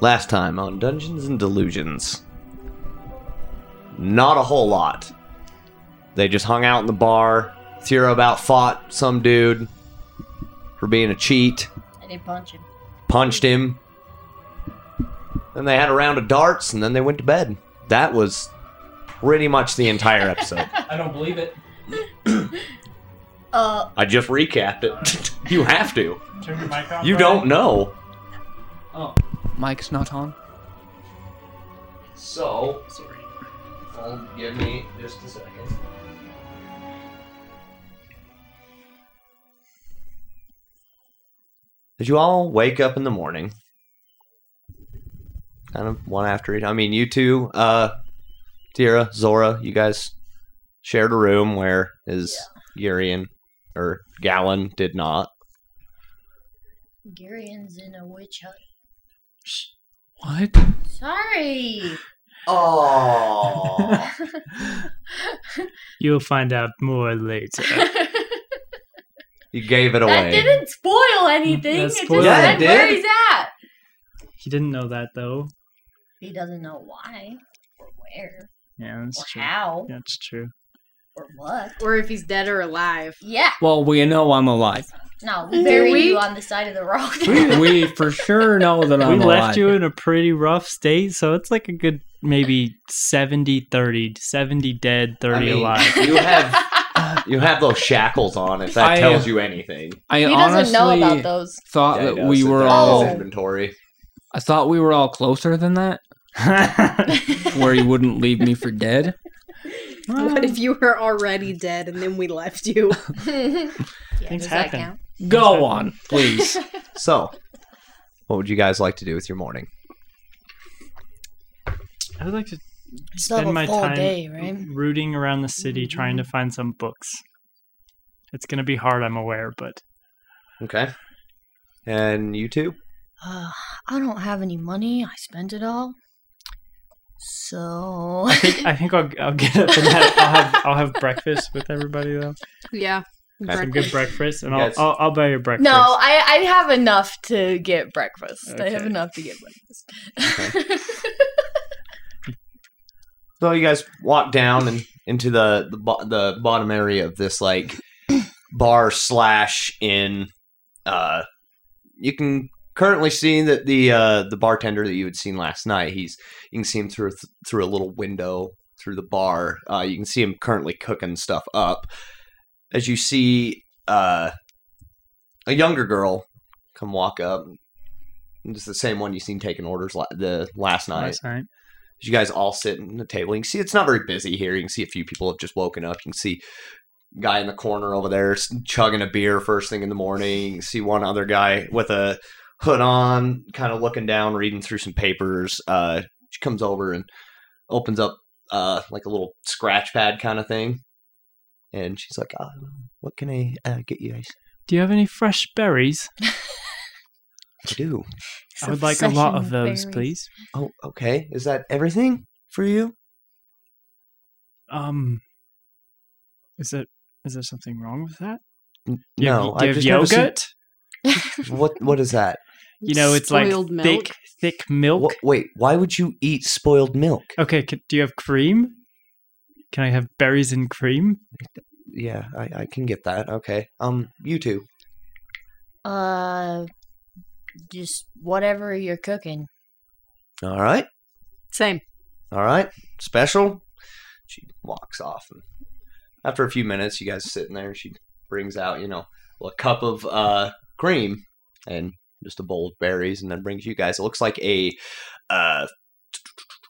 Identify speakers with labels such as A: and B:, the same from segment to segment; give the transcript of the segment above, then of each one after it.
A: Last time on Dungeons and Delusions. Not a whole lot. They just hung out in the bar. Zero about fought some dude for being a cheat,
B: I did punch him.
A: punched him. Then they had a round of darts and then they went to bed. That was pretty much the entire episode.
C: I don't believe it.
B: Uh,
A: I just recapped it. you have to.
C: Turn your mic off.
A: You
C: Brian.
A: don't know.
C: Oh,
D: Mike's not on.
A: So,
C: sorry.
A: give me just a second. Did you all wake up in the morning? Kind of one after each. I mean, you two, uh, Tira, Zora, you guys shared a room where is Gurion or Gallon did not.
B: Garion's in a witch hut.
D: What?
B: Sorry.
A: Oh.
E: You'll find out more later.
B: that
A: you gave it away.
B: didn't spoil anything.
E: That
B: it just
E: spoiled
A: Yeah,
B: said
A: it
B: where
A: did.
B: he's at.
E: He didn't know that though.
B: He doesn't know why or where
E: Yeah, that's
B: or
E: true.
B: how
E: That's true.
B: or what.
F: or if he's dead or alive.
B: Yeah.
D: Well, we know I'm alive.
B: No, we
F: Did
B: buried
F: we?
B: you on the side of the rock.
D: we for sure know that I'm
E: we
D: alive.
E: left you in a pretty rough state, so it's like a good maybe 70 30, 70 dead, 30
A: I mean,
E: alive.
A: You have you have those shackles on. If that
D: I, uh,
A: tells you anything.
D: I
F: He
D: honestly
F: doesn't know about those. Oh.
D: thought
A: Yeah, he
D: that
A: does.
D: we
A: It
D: were
A: does
D: all.
A: his inventory.
D: I thought we were all closer than that, where you wouldn't leave me for dead.
F: What if you were already dead and then we left you?
B: yeah, does
E: Things
B: that
E: happen.
B: count?
D: Go on, please.
A: So, what would you guys like to do with your morning?
E: I would like to spend my time rooting around the city trying to find some books. It's going to be hard, I'm aware, but
A: Okay. And you two?
B: Uh, I don't have any money. I spent it all. So
E: I think I think I'll, I'll get up and have, I'll have I'll have breakfast with everybody though.
F: Yeah.
A: That's
E: Some good breakfast, and
A: Yes.
E: I'll, I'll I'll buy your breakfast.
G: No, I, I have enough to get breakfast. I have
E: Okay.
G: enough to get breakfast.
A: So you guys walk down and into the the, bo- the bottom area of this like bar slash inn. Uh, you can currently see that the uh, the bartender that you had seen last night. He's you can see him through th- through a little window through the bar. Uh, you can see him currently cooking stuff up. As you see uh, a younger girl come walk up. It's the same one you seen taking orders la- the last night
E: last night.
A: you guys all sit in the table. You can see it's not very busy here. You can see a few people have just woken up. You can see guy in the corner over there s- chugging a beer first thing in the morning. You can see one other guy with a hood on, kind of looking down, reading through some papers. Uh, she comes over and opens up uh, like a little scratch pad kind of thing, and she's like, uh, "What can I uh, get you guys
E: Do you have any fresh berries?
A: to do?"
E: I would like a lot of
G: Succession
E: those,
G: berries.
E: please.
A: Oh, okay. Is that everything for you?
E: Um, is it is there something wrong with that? You have-
A: No,
E: you
A: I
E: have
A: just never
E: yogurt.
A: seen- What What is that?
E: You know, it's like
F: Spoiled milk.
E: thick, thick milk. Oh.
A: Wha- wait, why would you eat spoiled milk?
E: Okay, c do you have cream? Can I have berries and cream?
A: Yeah, I, I can get that. Okay. Um, you two.
B: Uh, just whatever you're cooking.
A: All right.
F: Same.
A: All right. Special. She walks off. And after a few minutes, you guys sitting there, she brings out, you know, a cup of uh, cream and just a bowl of berries and then brings you guys. It looks like a, uh,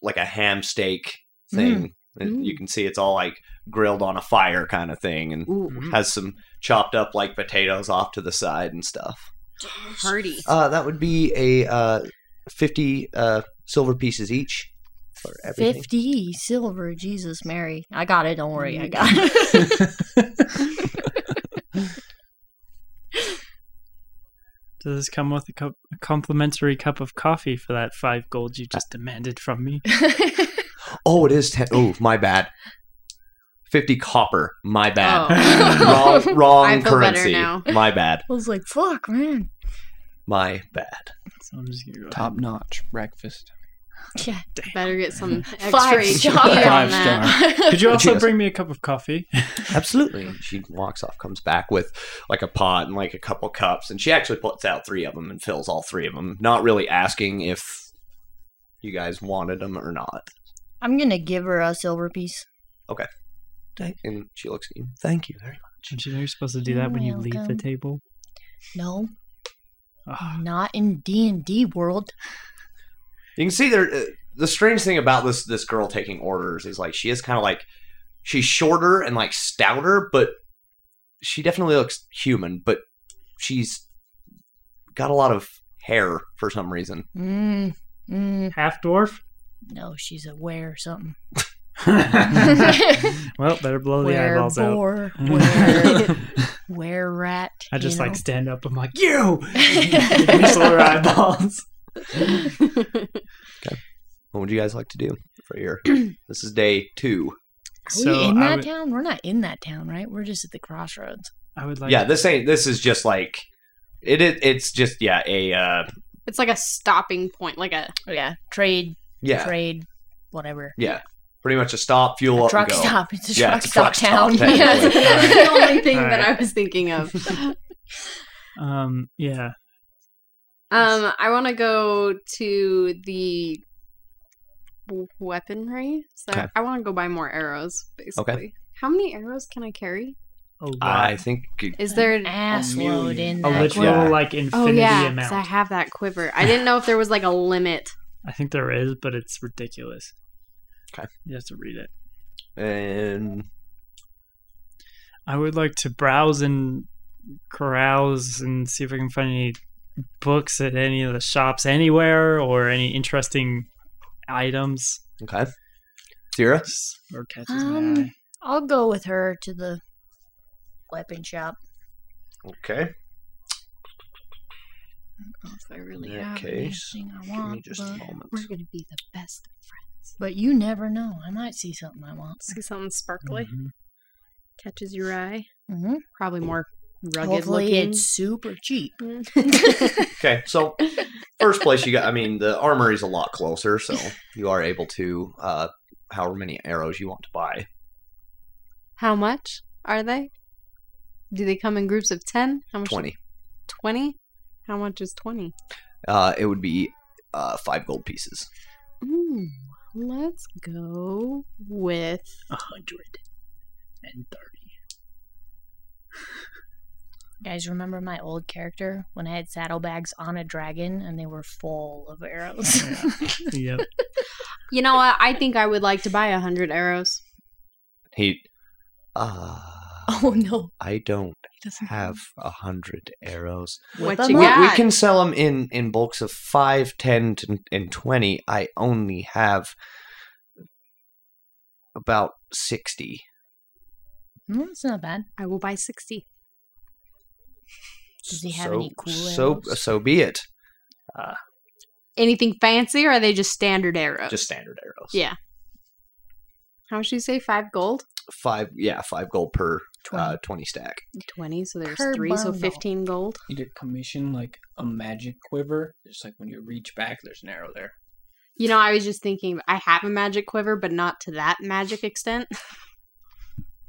A: like a ham steak
F: Mm.
A: thing. And You can see it's all like grilled on a fire kind of thing and
F: Ooh,
A: has some chopped up like potatoes off to the side and stuff.
F: hearty.
A: Uh, that would be a uh, fifty uh, silver pieces each for everything.
B: Fifty silver, Jesus Mary. I got it. Don't worry,
G: Mm.
B: I got it.
E: Does this come with a, cup, a complimentary cup of coffee for that five gold you
A: Uh,
E: just demanded from me?
A: Oh, it is ten. Oh, my bad. Fifty copper. My bad.
F: Oh.
A: wrong, wrong
F: I feel better
A: currency.
F: now.
A: My bad.
B: I was like, fuck, man.
A: My bad.
E: So I'm just gonna go.
D: Top notch breakfast.
G: Yeah.
F: Better get some extra
G: Five
F: HP
G: star.
F: on
D: Five
F: that.
D: star.
E: Could you also
A: Cheers.
E: bring me a cup of coffee?
A: Absolutely. She walks off, comes back with like a pot and like a couple cups, and she actually puts out three of them and fills all three of them, not really asking if you guys wanted them or not.
G: I'm gonna give her a silver piece.
A: And she looks at you. Thank you very much.
E: Don't you know you're supposed to do that when you leave the
G: Welcome.
E: table? Ah,
G: No,
E: Ugh.
G: not in D and D world.
A: You can see there. Uh, the strange thing about this this girl taking orders is like she is kind of like she's shorter and like stouter, but she definitely looks human. But she's got a lot of hair for some reason.
G: Mm, mm,
E: Half dwarf.
G: no, she's a were something.
E: Well, better blow the
G: were
E: eyeballs out.
G: boar, were, were rat.
E: I just
G: you
E: like
G: know?
E: stand up. I'm like you. Whistle her eyeballs.
A: What would you guys like to do for your? this is day two.
G: Are
E: So
G: we in
E: I
G: that
E: would-
G: town? We're not in that town, right? We're just at the crossroads.
E: I would like.
A: yeah, this ain't. This is just like it. it it's just yeah a uh,
F: It's like a stopping point, like a
G: Oh, yeah, trade,
A: yeah
G: trade, whatever.
A: yeah pretty much a stop fuel up
G: truck
A: and go.
G: stop. It's a
A: Yeah,
G: truck
A: it's a
G: stop
A: truck stop,
G: town.
A: technically.
G: Yes.
A: All right.
F: the only thing
E: All
F: that I
E: right.
F: was thinking of. Um,
E: Um. Yeah.
F: Um, I want to go to the w- weaponry. So
A: Okay.
F: I want to go buy more arrows, basically. How many arrows can I carry?
E: A lot.
A: I think
F: Is there
G: Ass load in
E: a
G: that.
E: literal
G: quiver.
A: Yeah.
E: like infinity
F: Oh yeah,
E: amount.
F: because I have that quiver. I didn't know if there was like a limit.
E: I think there is, but it's ridiculous.
A: Okay.
E: You have to read it.
A: and
E: I would like to browse and carouse and see if I can find any books at any of the shops anywhere or any interesting items.
A: okay, Tira.
E: Or catches
G: Um,
E: my eye.
G: I'll go with her to the weapon shop.
A: Okay,
F: I don't know if I really
A: In that
F: have
A: case,
G: Anything I
A: give me
G: want,
A: just a
G: but,
A: moment.
F: We're gonna be the best of friends.
G: but you never know. I might see something I want.
F: See something sparkly
E: Mhm.
F: catches your eye.
G: hmm
F: Probably more rugged
G: Hopefully,
F: looking.
G: it's super cheap.
A: Okay, so first place you got. I mean, the armory's a lot closer, so you are able to uh, however many arrows you want to buy.
F: How much are they? Do they come in groups of ten? How much?
A: Twenty.
F: Twenty. How much is twenty?
A: Uh, it would be uh, five gold pieces.
F: Mm, let's go with
E: A hundred and thirty.
G: Guys, remember my old character when I had saddlebags on a dragon and they were full of arrows?
E: Yep.
F: You know what? I think I would like to buy a hundred arrows.
A: He. Uh,
G: oh no!
A: I don't
G: He doesn't
A: have a hundred arrows.
F: What
G: them
F: you
A: We,
G: up.
F: got?
A: we can sell them in, in bulks of 5, 10, t- and 20. I only have about 60.
G: Mm, that's not bad.
F: I will buy sixty.
G: Does he have
A: so,
G: any cool
A: so,
G: arrows?
A: so be it.
F: Anything fancy, or are they just standard
G: Oh.
F: arrows?
A: Just standard arrows.
F: Yeah. How much do you say? Five gold?
A: Five, yeah, five gold per 20,
G: 20.
A: uh, 20 stack.
F: 20, so there's
G: Per
F: three, so
G: bundle.
F: 15 gold.
D: You could commission like a magic quiver. Just like when you reach back, there's an arrow there.
F: You know, I was just thinking, I have a magic quiver, but not to that magic extent.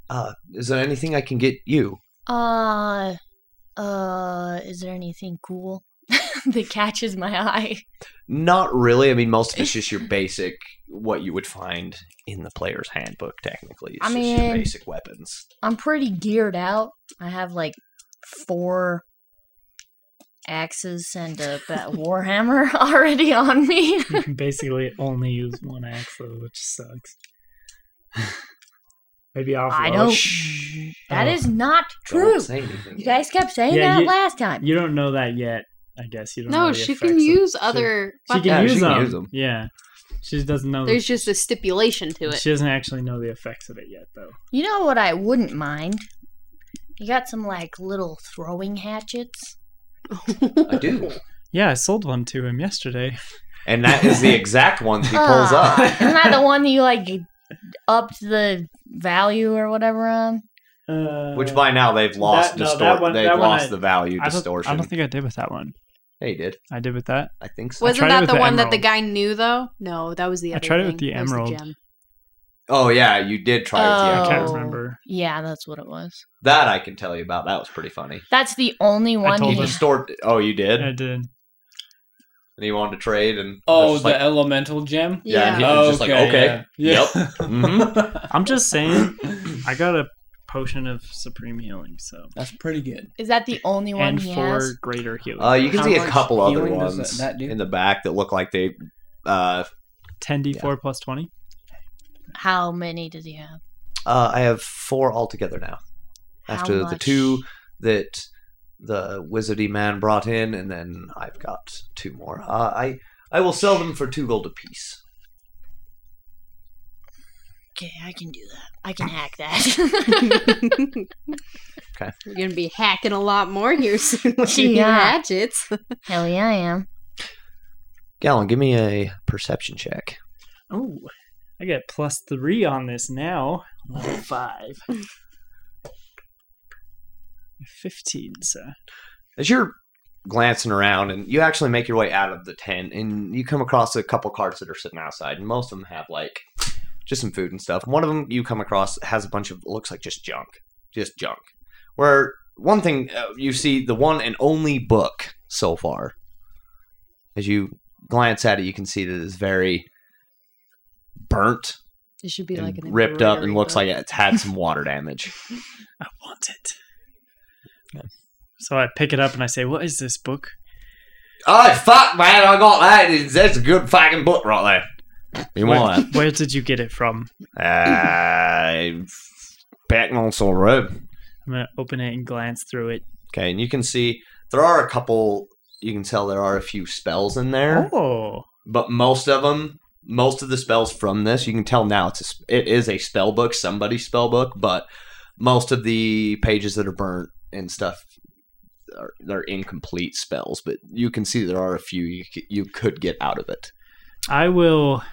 A: Uh, is there anything I can get you?
G: Uh, uh, is there anything cool that catches my eye?
A: Not really. I mean, most of it's just your basic, what you would find in the player's handbook, technically. It's
G: I
A: just your
G: mean-
A: basic weapons.
G: I'm pretty geared out. I have like four axes and a ba- warhammer already on me.
E: You can basically only use one axe, though, which sucks. Maybe I'll.
G: I
E: oh,
G: don't.
E: shh.
G: That
E: Oh.
G: is not
A: Don't
G: true.
A: say anything
G: You
A: yet.
G: guys kept saying
E: Yeah,
G: that
E: you-
G: last time.
E: You don't know that yet, I guess. You don't know
F: No,
E: the
F: she
E: effects
F: can
E: of-
F: use
E: she-
F: other
E: She
F: weapons.
E: can, use,
A: she can
E: them.
A: use 'em.
E: Yeah. She just doesn't know.
F: There's just a stipulation to it.
E: She doesn't actually know the effects of it yet, though.
G: You know what I wouldn't mind? You got some like little throwing hatchets.
A: I do.
E: Yeah, I sold one to him yesterday.
A: And that is the exact ones he pulls
G: Ah,
A: up.
G: Isn't that the one that you like upped the value or whatever on?
E: Uh,
A: Which by now they've lost
E: That- no,
A: distor-
E: that one-
A: they've
E: that one
A: lost
E: I-
A: the value
E: I don't,
A: distortion.
E: I don't think I did with that one.
A: Yeah, you did.
E: I did with that.
A: I think so.
E: tried
F: Wasn't
E: it
F: that
E: with
F: the,
E: the
F: one that the
E: emerald.
F: guy knew though? No, that was the
E: I
F: other
E: tried it with
F: thing.
E: the
F: That was
E: emerald.
F: gem.
A: oh yeah, you did try with the
E: I
A: emerald.
E: can't
B: Oh.
E: remember.
B: Yeah, that's what it was.
A: That I can tell you about. That was pretty funny.
B: That's the only one
E: told
A: He
B: he
E: him.
A: just stored. Oh, you did,
E: I
A: and
E: did.
A: he wanted to trade, and I
D: Oh,
A: was just
D: the
A: like,
D: elemental gem.
A: Yeah,
F: Yeah.
A: and he was just like, okay,
D: yeah.
A: yep. mhm.
E: I'm just saying, I got a potion of supreme healing, so
D: That's pretty good.
B: Is that the only one
E: and
B: he
E: four
B: has?
E: greater healing.
A: Uh, you can
D: How
A: see a
D: much
A: couple other
D: healing does
A: ones
D: that- that do?
A: in the back that look like they. Uh,
E: 10d4 plus 20.
B: How many does he have?
A: uh, I have four altogether now.
B: How
A: After the
B: much?
A: two that the wizardy man brought in, and then I've got two more. Uh, I I will sell them for two gold apiece.
B: Okay, I can do that. I can hack that.
F: You're gonna be hacking a lot more here soon with
B: Yeah.
F: your hatchets.
B: Hell yeah, I am.
A: Gallon, give me a perception check.
E: Oh, I get plus three on this now. Level five. 15, so.
A: as you're glancing around and you actually make your way out of the tent and you come across a couple carts that are sitting outside and most of them have like just some food and stuff one of them you come across has a bunch of looks like just junk just junk where one thing uh, you see the one and only book so far as you glance at it you can see that it's very burnt
F: It should be
A: and
F: like an
A: ripped up and
F: embroidery
A: looks
F: book.
A: like it's had some water damage
E: I want it. So I pick it up and I say, What is this book?
A: oh fuck man i got that that's a good fucking book right there you want that
E: Where did you get it from?
A: Uh, back on Soul Road.
E: I'm going to open it and glance through it.
A: Okay, and you can see there are a couple. You can tell there are a few spells in there,
E: Oh,
A: but most of them, most of the spells from this, you can tell now it's a, s- it is a spell book, somebody's spell book, but most of the pages that are burnt and stuff are they're incomplete spells. But you can see there are a few you c- you could get out of it.
E: I will.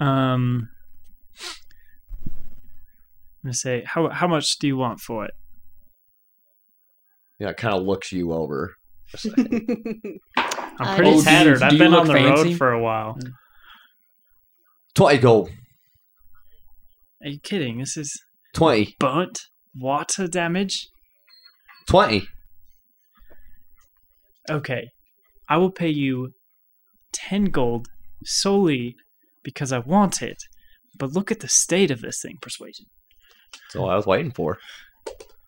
E: Um, I'm gonna say how how much do you want for it?
A: Yeah, it kind of looks you over. Just like,
E: I'm
B: Uh,
E: pretty
B: Oh, do you-
E: tattered.
D: do
E: I've
D: you
E: been
D: look
E: on the
D: fancy?
E: road for a while.
A: Twenty gold.
E: Are you kidding? This is
A: Twenty.
E: burnt water damage.
A: Twenty.
E: Okay, I will pay you ten gold solely because I want it. But look at the state of this thing. Persuasion.
A: That's all I was waiting for.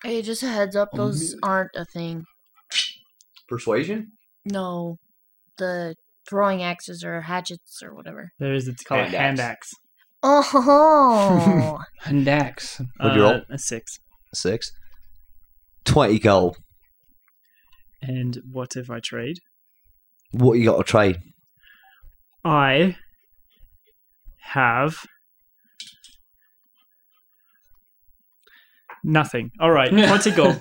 B: Hey, just a heads up, those
E: Oh,
B: aren't a thing.
A: Persuasion?
B: No, the throwing axes or hatchets or whatever.
E: There is it's called a
A: Hand
E: hand
A: axe.
E: axe.
B: Oh,
D: And Dax.
A: What'd you roll?
E: Uh, A six.
A: Six. 20 gold.
E: And what if I trade?
A: What you got to trade?
E: I have nothing. All right, 20 gold.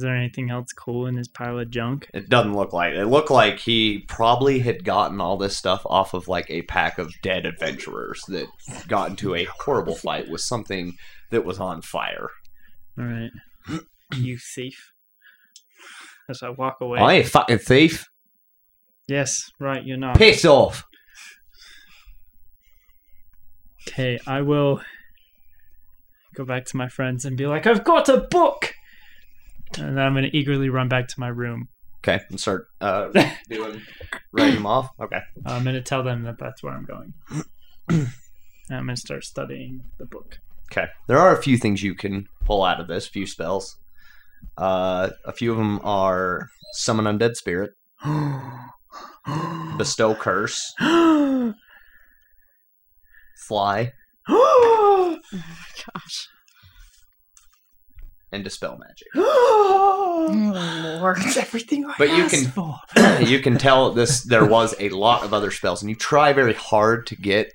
E: Is there anything else cool in his pile of junk?
A: It doesn't look like it. Looked like he probably had gotten all this stuff off of like a pack of dead adventurers that got into a horrible fight with something that was on fire.
E: All right, you thief. As I walk away.
A: I ain't a fucking thief.
E: Yes, right, you're not.
A: Piss off.
E: Okay, I will go back to my friends and be like, I've got a book! And then I'm going to eagerly run back to my room.
A: Okay, and start uh, doing writing them off. Okay.
E: Uh, I'm going to tell them that that's where I'm going. and I'm going to start studying the book.
A: Okay. There are a few things you can pull out of this, few spells. Uh, a few of them are summon undead spirit, bestow curse, fly,
F: Gosh. and
A: and dispel magic.
G: Mm,
B: oh, lord.
D: everything I
A: But you asked can- you can tell this there was a lot of other spells, and you try very hard to get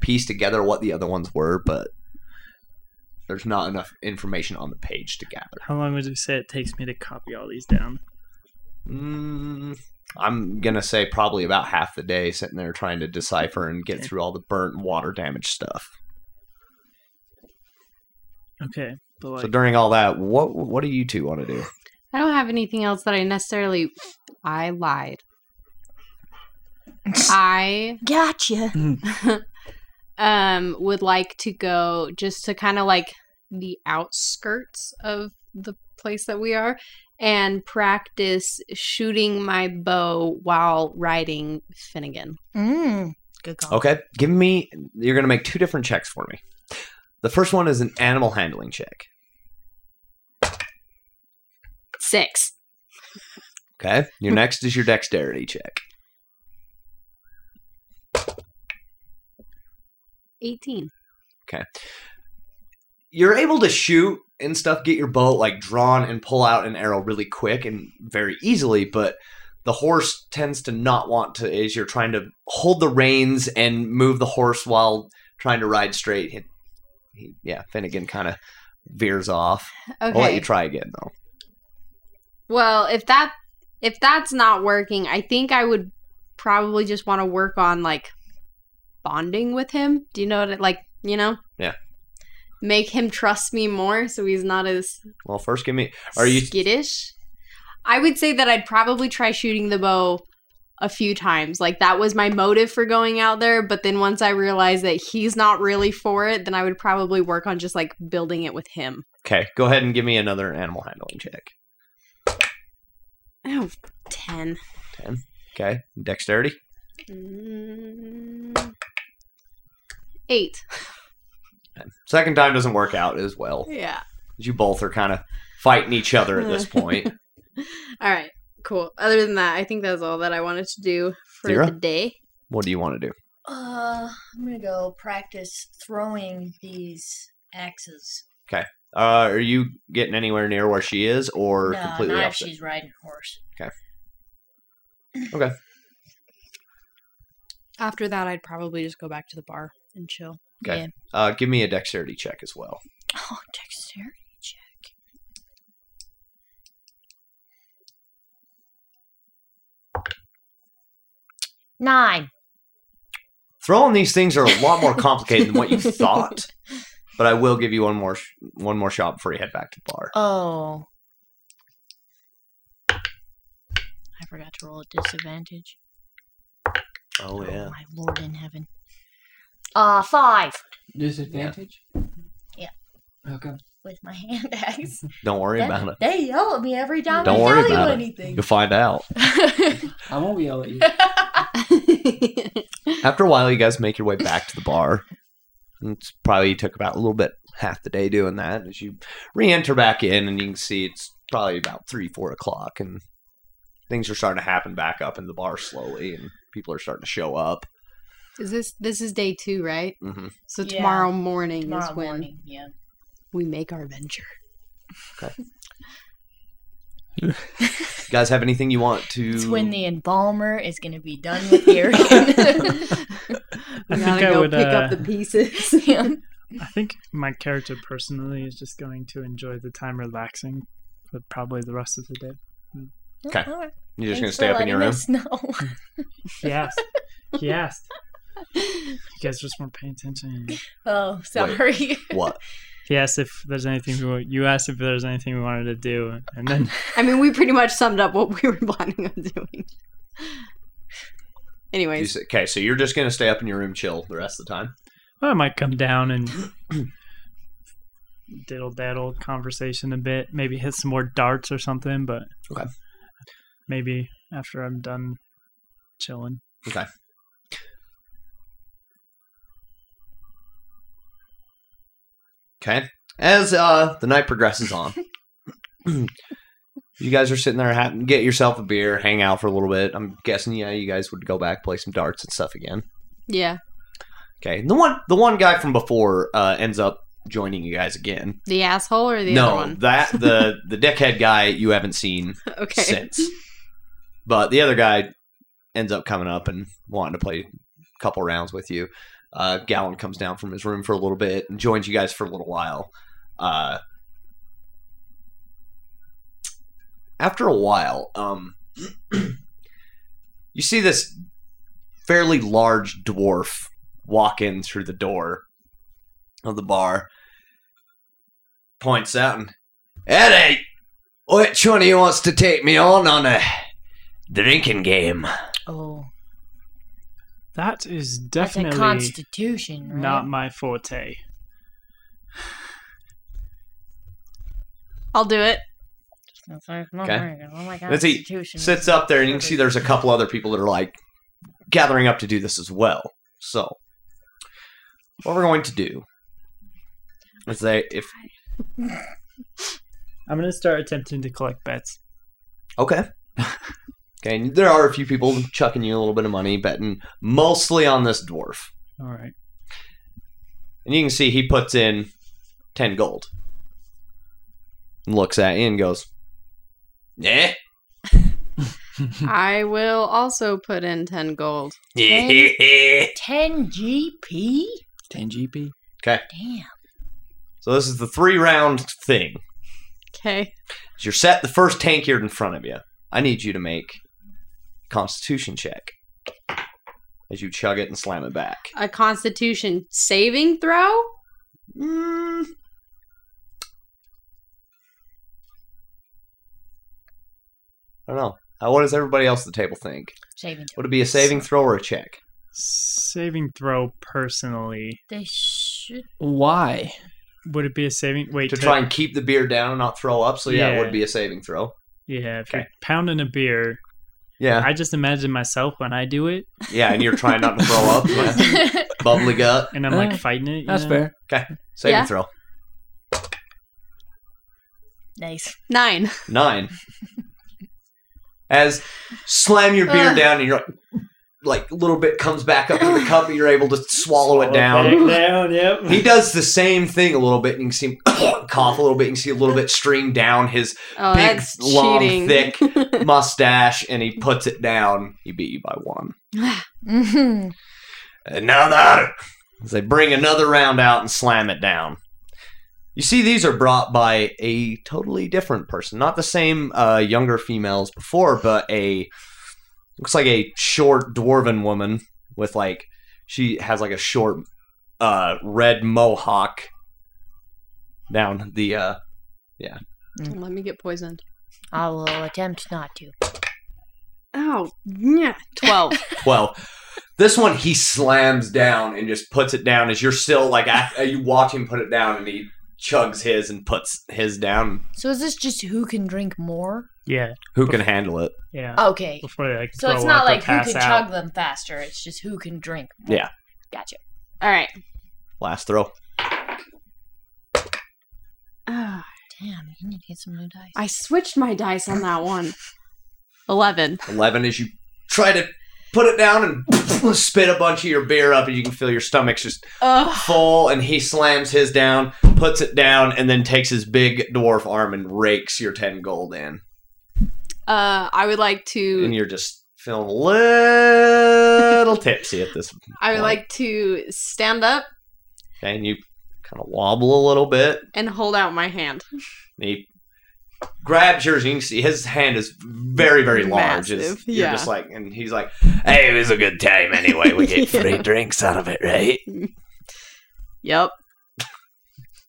A: piece together what the other ones were, but there's not enough information on the page to gather.
E: How long would you say it takes me to copy all these down?
A: Mm, I'm gonna say probably about half the day sitting there trying to decipher and get through all the burnt and water damage stuff.
E: Okay, but like,
A: So during all that, what what do you two want to do?
F: don't have anything else that I necessarily. I lied. I
B: Gotcha.
F: um would like to go just to kind of like the outskirts of the place that we are and practice shooting my bow while riding Finnegan.
G: Mm. Good call.
A: Okay, give me. You're going to make two different checks for me. The first one is an animal handling check.
F: Six.
A: Okay, your next is your dexterity check.
F: 18.
A: You're able to shoot and stuff, get your bow like drawn and pull out an arrow really quick and very easily, but the horse tends to not want to. Is you're trying to hold the reins and move the horse while trying to ride straight. He, he, yeah, Finnegan kind of veers off.
F: Okay.
A: I'll let you try again though.
F: Well, if that if that's not working, I think I would probably just want to work on like bonding with him. Do you know what it like, you know?
A: Yeah.
F: Make him trust me more so he's not as
A: Well, first give me. Are you
F: skittish? I would say that I'd probably try shooting the bow a few times. Like that was my motive for going out there, but then once I realized that he's not really for it, then I would probably work on just like building it with him.
A: okay? Go ahead and give me another animal handling check.
F: Oh, 10.
A: Ten. Okay, dexterity.
F: Mm, 8.
A: Second time doesn't work out as well.
F: Yeah.
A: You both are kind of fighting each other at this point.
F: All right. Cool. Other than that, I think that's all that I wanted to do for
A: Lyra?
F: the day.
A: What do you want to do?
G: Uh, I'm gonna go practice throwing these axes.
A: Uh, are you getting anywhere near where she is, or
G: no,
A: completely
G: not if
A: opposite?
G: she's riding a horse.
F: After that, I'd probably just go back to the bar and chill.
A: Okay.
G: Yeah.
A: Uh, give me a dexterity check as well.
G: Oh, dexterity check.
B: Nine.
A: Throwing these things are a lot more complicated than what you thought, but I will give you one more sh- one more shot before you head back to the bar.
B: Oh. I forgot to roll a disadvantage.
A: Oh yeah.
B: my lord in heaven. Uh, five.
D: Disadvantage?
G: Yeah.
D: Okay.
G: With my hand axe.
A: Don't worry
G: They-
A: about it.
G: They yell at me every time
A: Don't
G: I
A: worry
G: tell you
A: about it.
G: anything.
A: You'll find out.
D: I won't yell at you.
A: After a while, you guys make your way back to the bar. It's probably took about a little bit half the day doing that. As you re-enter back in, and you can see it's probably about three, four o'clock, and things are starting to happen back up in the bar slowly, and people are starting to show up.
F: Is this this is day 2, right?
A: hmm
F: So
G: Yeah.
F: tomorrow morning
G: Tomorrow
F: is when
G: morning, yeah.
F: we make our venture.
A: You guys have anything you want to?
G: It's when the embalmer is gonna be done with Arian.
E: I
F: We
E: think
F: gotta
E: I
F: go
E: would,
F: pick
E: uh,
F: up the pieces.
E: I think my character personally is just going to enjoy the time relaxing, but probably the rest of the day.
A: Okay.
G: All right.
A: You're just gonna
G: Thanks
A: stay
G: for
A: up in your
G: letting
A: room.
G: us know.
E: He asked. he asked. You guys just weren't paying attention. anymore.
G: Oh, sorry.
A: What?
E: He asked if there's anything we wa- you asked if there's anything we wanted to do, and then
F: I mean, we pretty much summed up what we were planning on doing.
A: You
F: Anyways,
A: say- okay, so you're just gonna stay up in your room, chill the rest of the time.
E: I might come down and diddle daddle conversation a bit. Maybe hit some more darts or something. But
A: Okay.
E: maybe after I'm done chilling.
A: Okay. As uh, the night progresses on, you guys are sitting there, ha- get yourself a beer, hang out for a little bit. I'm guessing, yeah, you guys would go back, play some darts and stuff again.
F: yeah,
A: Okay. And the one, the one guy from before uh, ends up joining you guys again.
F: the asshole or the other
A: no,
F: one?
A: that the the deckhead guy you haven't seen
F: okay.
A: since, but the other guy ends up coming up and wanting to play a couple rounds with you. Uh, Gallon comes down from his room for a little bit and joins you guys for a little while. Uh, after a while, um, you see this fairly large dwarf walk in through the door of the bar, points out and, Eddie, Which one of you wants to take me on on a drinking game?
B: Oh,
E: That
B: that's
E: is
B: a
E: definitely
B: constitution, right?
E: not my forte.
F: I'll do it.
B: That's like, no,
A: Okay.
B: there you go. Oh my God.
A: Let's see. Sits up there, and you can see there's a couple other people that are like gathering up to do this as well. So, what we're going to do is they, if
E: I'm gonna start attempting to collect bets.
A: Okay. okay, and there are a few people chucking you a little bit of money, betting mostly on this dwarf.
E: All right.
A: And you can see he puts in 10 gold. And looks at you and goes, Yeah? Hmm.
F: I will also put in 10 gold.
A: so
B: 10 GP?
D: 10 GP.
B: Damn.
A: this is the three round thing.
F: Okay.
A: So you're set the first tank here in front of you. I need you to make constitution check as you chug it and slam it back.
F: A constitution saving throw?
A: Mm. I don't know. Uh, what does everybody else at the table think?
B: Saving throw.
A: Would it be a saving throw or a check?
E: Saving throw personally.
B: They should.
D: Why?
E: Would it be a saving wait
A: To try and keep the beer down and not throw up. So yeah, it
E: Yeah.
A: would be a saving throw.
E: Yeah, if
A: Okay.
E: you're pounding a beer.
A: Yeah,
E: I just imagine myself when I do it
A: yeah, and you're trying not to throw up. yeah. Bubbly gut.
E: and I'm
D: Uh,
E: like fighting it. you
D: That's
E: know?
D: fair.
A: Saving
F: Yeah.
A: throw.
B: Nice.
F: Nine.
A: Nine. As slam your beer
F: Ugh.
A: down and you're like, like a little bit comes back up to the cup and you're able to swallow it down.
E: Back down, yep.
A: He does the same thing a little bit, and you can see him cough a little bit. You can see a little bit stream down his
F: Oh,
A: big,
F: that's
A: long,
F: cheating.
A: thick mustache, and he puts it down. He beat you by one.
B: Mm-hmm.
A: Another. As they bring another round out and slam it down. You see, these are brought by a totally different person, not the same uh, younger females before, but a looks like a short dwarven woman with like she has like a short uh, red mohawk down the uh,
F: Let me get poisoned.
B: I will attempt not to.
F: Oh, yeah. 12.
A: Well, this one he slams down and just puts it down as you're still like af- you watch him put it down and he chugs his and puts his down.
B: So is this just who can drink more?
E: Yeah,
A: Who can handle it?
E: yeah.
B: Okay.
E: Before they like
B: Oh. So
E: throw
B: it's not
E: up or
B: like who
E: pass
B: can
E: out.
B: chug them faster. It's just who can drink.
A: Yeah.
B: Gotcha.
F: All right.
A: Last throw.
F: Ah,
B: Damn, you need to get some new dice.
F: I switched my dice on that one. 11.
A: Eleven as you try to put it down and spit a bunch of your beer up and you can feel your stomach's just
F: Ugh.
A: full and he slams his down, puts it down, and then takes his big dwarf arm and rakes your ten gold in.
F: Uh, I would like to
A: And you're just feeling a little tipsy at this
F: I would
A: point.
F: like to stand up
A: Okay, and you kind of wobble a little bit.
F: and hold out my hand.
A: And he grabs yours, and you can see his hand is very, very large. It's-
F: Massive,
A: You're
F: yeah.
A: just like, and he's like, "Hey, it was a good time anyway. We get free
F: Yeah.
A: drinks out of it, right?"
F: Yep.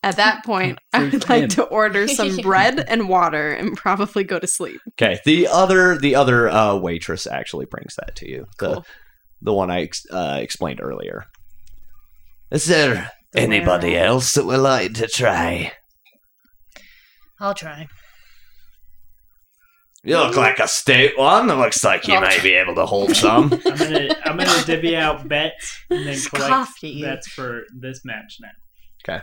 F: At that point, I
D: Free
F: would like
D: hand.
F: to order some bread and water and probably go to sleep.
A: Okay. The other, the other uh, waitress actually brings that to you. The
F: Cool.
A: the one I ex- uh, explained earlier. Is there
B: The
A: anybody
B: werewolf.
A: else that would like to try?
B: I'll try.
A: You look like a state one. It looks like you
B: I'll
A: may be able to hold some.
E: I'm gonna I'm gonna divvy out bets and then
B: Just
E: collect
B: coughed at you.
E: bets for this match now.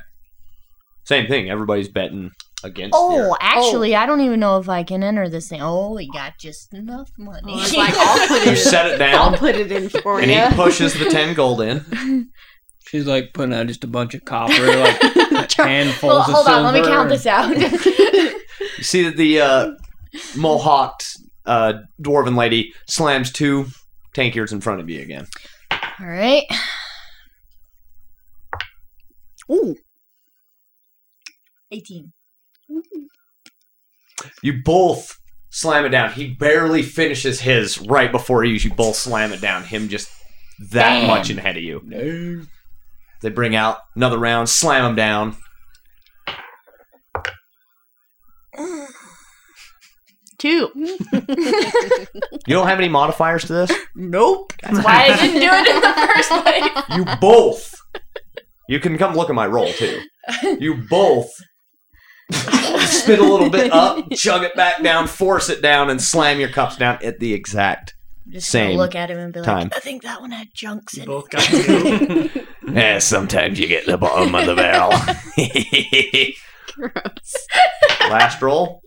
A: Same thing. Everybody's betting against. you.
B: Oh, actually, I don't even know if I can enter this thing. Oh, we got just enough money.
F: I was like, I'll put
A: You
F: it in.
A: set it
F: I'll
A: down,
F: put it in for
A: and
F: you.
A: he pushes the ten gold in.
D: She's like putting out just a bunch of copper, like handfuls
B: Well,
D: of
B: hold on, let me
D: silver.
B: count this out.
A: You see that the uh, mohawked uh, dwarven lady slams two tankards in front of you again.
B: All right. Ooh. 18.
A: You both slam it down. He barely finishes his right before you. You both slam it down. Him just that
B: Damn.
A: much ahead of you.
D: No.
A: They bring out another round, slam him down.
F: too.
A: You don't have any modifiers to this?
F: nope.
E: That's
F: Why I didn't do it in the first place.
A: You both. You can come look at my roll too. You both spit a little bit up, chug it back down, force it down, and slam your cups down at the exact.
G: I'm just
A: Same
G: gonna look at him and be like,
A: time.
G: I think that one had junks in it.
E: Both got two.
A: Yeah, eh, sometimes you get the bottom of the barrel.
F: Gross.
A: Last roll.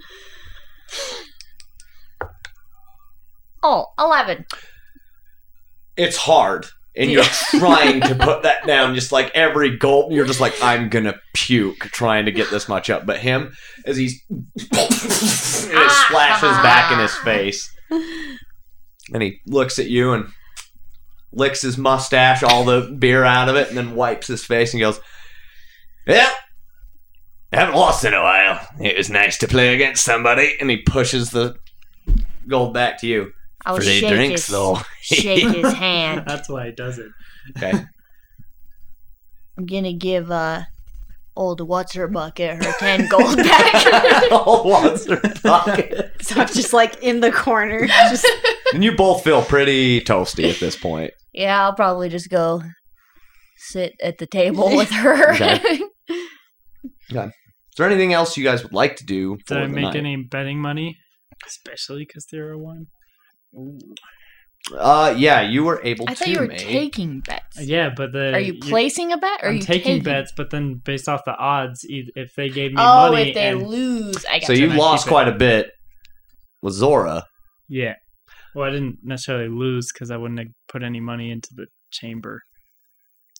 B: Oh, 11.
A: It's hard. And you're trying to put that down, just like every gulp, you're just like, I'm gonna puke trying to get this much up. But him, as he's. and it
B: Ah,
A: splashes back in his face. And he looks at you and licks his mustache, all the beer out of it, and then wipes his face and goes, Yeah, I haven't lost in a while. It was nice to play against somebody. And he pushes the gold back to you.
B: I was shake his, shake his hand.
E: That's why he does it.
A: Okay.
G: I'm gonna give uh old what's her bucket her ten gold back.
A: All ones are pocket.
F: So I'm just like in the corner. Just
A: And you both feel pretty toasty at this point.
G: yeah, I'll probably just go sit at the table with her.
A: Okay. Is there anything else you guys would like to do for
E: Did I
A: the
E: make
A: night?
E: any betting money? Especially because there are one.
A: Uh, yeah, you were able
B: I
A: to
B: thought you were
A: make.
B: taking bets.
E: Uh, Yeah, but the
B: Are you
E: you-
B: placing a bet? Or are
E: I'm
B: you
E: taking, bets, but then based off the odds, e- if they gave me
B: Oh,
E: money,
B: if they
E: and-
B: lose, I got
A: so
B: you.
A: you
E: Can I
A: lost
E: keep it?
A: quite a bit with Zora.
E: yeah. Well, I didn't necessarily lose because I wouldn't have put any money into the chamber.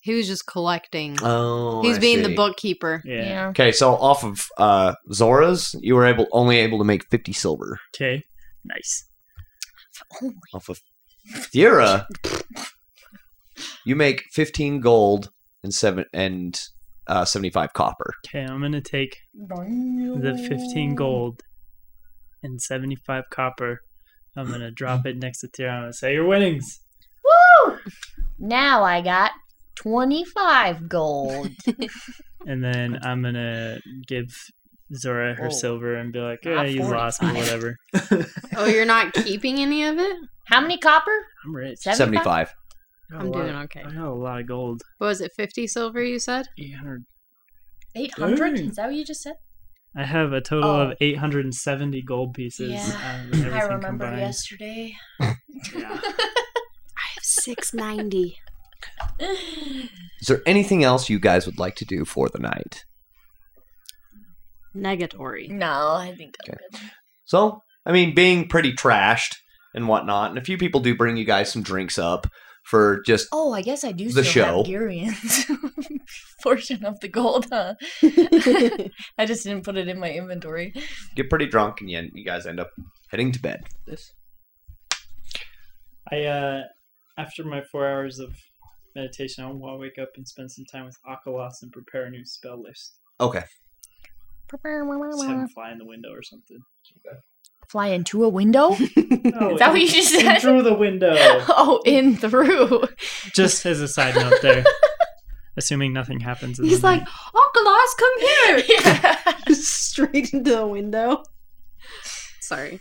F: he was just collecting.
A: Oh,
F: he was
A: I
F: being
A: see.
F: the bookkeeper.
E: Yeah.
B: Yeah.
A: Okay, so off of uh, Zora's, you were able only able to make fifty silver.
E: Okay. Nice.
A: Off of Thera, you make fifteen gold and seven and uh, seventy five copper.
E: Okay, I'm gonna take the 15 gold and 75 copper. I'm gonna drop it next to Tyrion. I'm gonna say your winnings.
B: Woo! Now I got 25 gold.
E: And then I'm gonna give Zora her
B: Whoa.
E: silver and be like,
B: Not
E: yeah, you lost or
B: 45.
E: whatever.
F: Oh, you're not keeping any of it?
B: How many copper?
E: I'm rich.
A: Seventy five.
E: I got a
F: I'm
E: lot-
F: doing okay.
E: I got a lot of gold.
F: What was it, 50 silver you said?
E: 800.
B: 800?
E: Dang.
B: Is that what you just said?
E: I have a total
B: Oh.
E: of 870 gold pieces.
G: Yeah,
E: um, everything
G: I remember
E: combined.
G: yesterday.
F: I have 690.
A: Is there anything else you guys would like to do for the night?
F: Negatory.
G: No, I think I'm
A: Okay.
G: good.
A: So, I mean, being pretty trashed and whatnot, and a few people do bring you guys some drinks up for just
G: Oh, I guess I do
A: The
G: still
A: show.
G: have Garian's portion of the gold, huh? I just didn't put it in my inventory.
A: get pretty drunk, and you, you guys end up heading to bed. This
E: I uh after my four hours of meditation, I will wake up and spend some time with Akalos and prepare a new spell list.
A: okay.
E: Just have him fly in the window or something.
G: Fly into a window?
E: No,
G: Is that what
E: Oh, in-
G: you just
E: in
G: said?
E: Through the window.
G: oh, in through.
E: Just as a side note, there. Assuming nothing happens. In
F: He's
E: the
F: like,
E: night.
F: Oculus, come here!
G: Yeah.
F: Straight into the window. Sorry.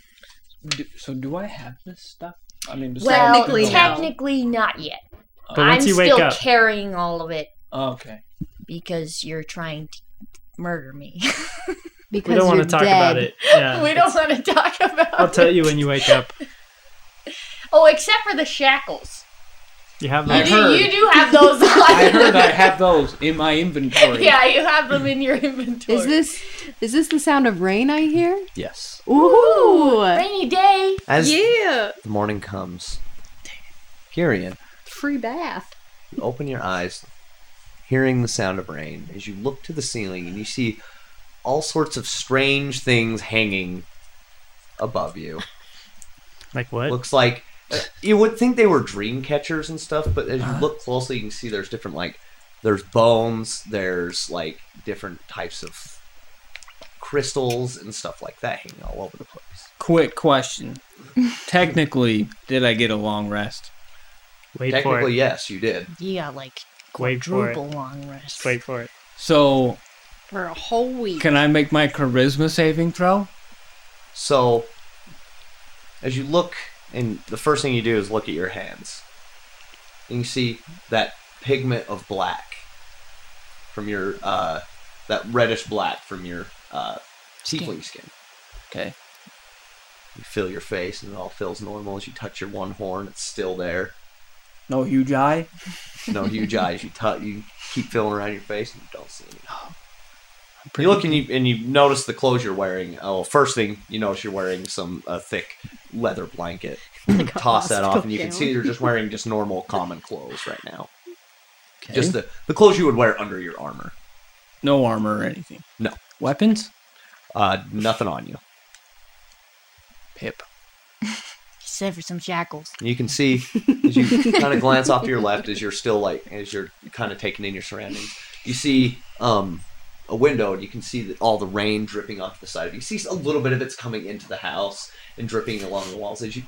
D: Do, so do I have this stuff? I mean, besides
B: Well,
D: the
F: Technically
B: technically,
D: gold-
F: no.
B: not yet.
E: But once
B: I'm
E: you wake
B: still
E: up,
B: carrying all of it
D: Oh, okay.
G: because you're trying to murder me.
F: Because
E: we don't want to talk about it. Yeah,
B: we don't want to talk about
E: Uh, I'll tell you when you wake up.
B: Oh, except for the shackles.
E: You have
B: You
D: I
E: like,
B: do,
D: heard.
B: you do have those on.
D: I heard I have those in my inventory.
B: yeah, you have them in your inventory.
F: Is this is this the sound of rain I hear?
A: Yes.
F: Ooh!
B: rainy day?
A: As
F: Yeah!
A: the morning comes, Kyrian,
F: Free bath.
A: you open your eyes, hearing the sound of rain. As you look to the ceiling, and you see all sorts of strange things hanging above you.
E: like what?
A: looks like uh, you would think they were dream catchers and stuff, but as you
E: Uh-huh.
A: look closely, you can see there's different like there's bones, there's like different types of crystals and stuff like that hanging all over the place.
D: Quick question. Technically, did I get a long rest?
E: wait for
A: Technically,
E: it.
A: yes, you did.
G: You got like
E: Wait for it.
G: quadruple long rest.
E: Just wait for it.
D: So,
F: For a whole week.
D: can I make my charisma saving throw?
A: So as you look, and the first thing you do is look at your hands, and you see that pigment of black from your uh, that reddish black from your uh, tiefling skin.
D: Okay.
A: You feel your face, and it all feels normal. As you touch your one horn, it's still there.
D: No huge eye.
A: No huge eyes. You tou you keep feeling around your face, and you don't see anything.
D: Oh, Pretty
A: You look and you and you notice the clothes you're wearing. Oh, first thing you notice you're wearing some uh, thick leather blanket. Toss that off, and you can see you're just wearing just normal common clothes right now.
D: okay.
A: Just the the clothes you would wear under your armor.
D: no armor or anything.
A: No.
D: weapons.
A: Uh, nothing on you.
D: Pip.
G: Except for some shackles.
A: You can see as you kind of glance off to your left as you're still like as you're kind of taking in your surroundings. You see um, a window and you can see that all the rain dripping off the side of you. You see a little bit of it's coming into the house and dripping along the walls. As you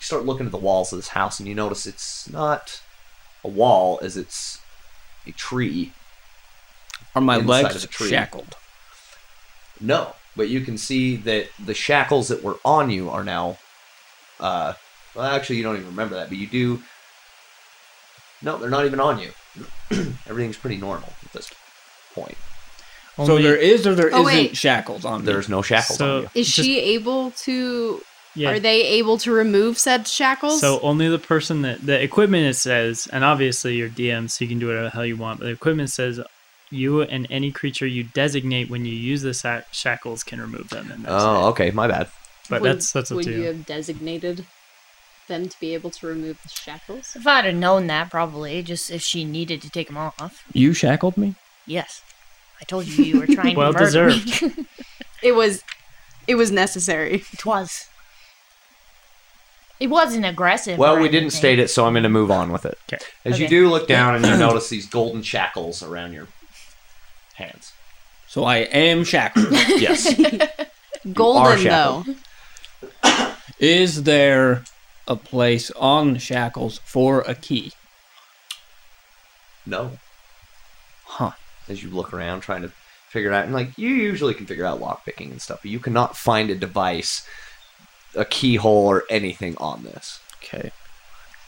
A: start looking at the walls of this house and you notice it's not a wall as it's a tree.
D: Are my
A: Inside of
D: legs
A: a tree.
D: shackled?
A: No, but you can see that the shackles that were on you are now. Uh, well, actually, you don't even remember that, but you do. No, they're not even on you. Everything's pretty normal at this point.
D: so
E: Only-
D: there is or there
F: Oh,
D: not
F: wait.
D: shackles on me?
A: There's no shackles
E: So-
A: on you.
F: Is
E: Just-
F: she able to?
E: yeah,
F: Are they able to remove said shackles?
E: So only the person that the equipment it says, and obviously your DM, so you can do whatever the hell you want. But the equipment says you and any creature you designate when you use the sa- shackles can remove them. And that's
A: Oh,
E: it.
A: okay, my bad.
E: but
F: Would-
E: that's that's up
F: Would
E: to
F: you
E: you.
F: have designated them to be able to remove the shackles?
G: If I'd have known that, probably, just if she needed to take them off.
D: you shackled me.
G: Yes. I told you you were trying
E: Well
G: to murder me.
E: deserved.
F: It was, it was necessary.
G: It was. It wasn't aggressive.
A: Well,
G: or
A: we didn't
G: anything.
A: state it, so I'm going to move on with it.
E: 'Kay.
A: As you
G: Okay.
A: do look down and you notice these golden shackles around your hands.
D: So I am shackled.
A: Yes. are
F: Golden though.
A: shackled.
D: is there a place on the shackles for a key?
A: no.
D: Huh.
A: as you look around trying to figure it out. And like you usually can figure out lockpicking and stuff, but you cannot find a device, a keyhole or anything on this.
D: Okay.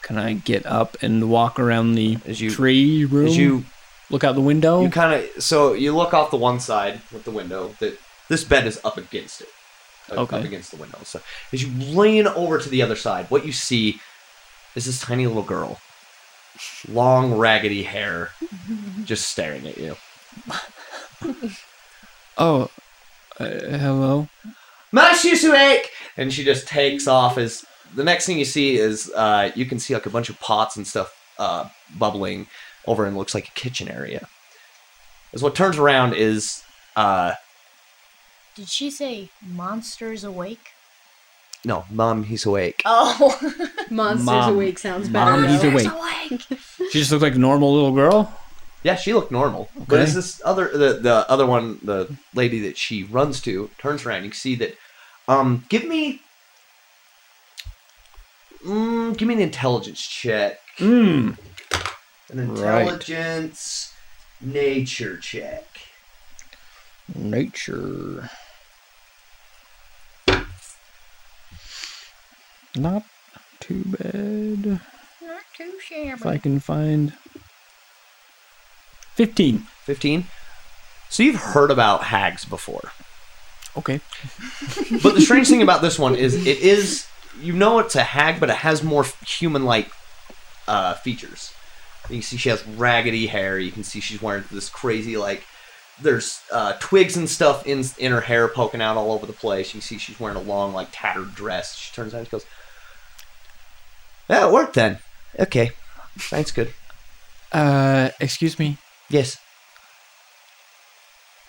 D: Can I get up and walk around the
A: As you-
D: tree room?
A: As you
D: look out the window.
A: you kind of so you look off the one side with the window that this bed is up against it. Like,
D: Okay.
A: Up against the window. So as you lean over to the other side, what you see is this tiny little girl. Long raggedy hair just staring at you.
D: oh, uh, hello.
A: my shoes ache and she just takes off as the next thing you see is uh, you can see like a bunch of pots and stuff uh, bubbling over and looks like a kitchen area as what turns around is uh,
G: Did she say monsters awake?
A: no mom he's awake
G: Oh,
F: Monsters
D: Mom.
F: Awake sounds better.
D: Mom, he's
F: though.
D: awake.
G: awake.
D: She just looks like a normal little girl.
A: yeah she looked normal but
D: Okay.
A: as this other the, the other one the lady that she runs to turns around you can see that um give me mm, give me an intelligence check
D: Mmm.
A: an
D: Right.
A: intelligence nature check.
D: Nature. Not too bad
G: Not too
D: if I
G: shabby.
D: can find. Fifteen.
A: 15. So you've heard about hags before.
D: Okay.
A: But the strange thing about this one is it is you know it's a hag but it has more human-like uh, features. You can see she has raggedy hair. You can see she's wearing this crazy like there's uh, twigs and stuff in in her hair poking out all over the place. You can see she's wearing a long like tattered dress. She turns around and she goes, "That worked then. Okay, sounds good.
D: Uh, excuse me.
A: Yes.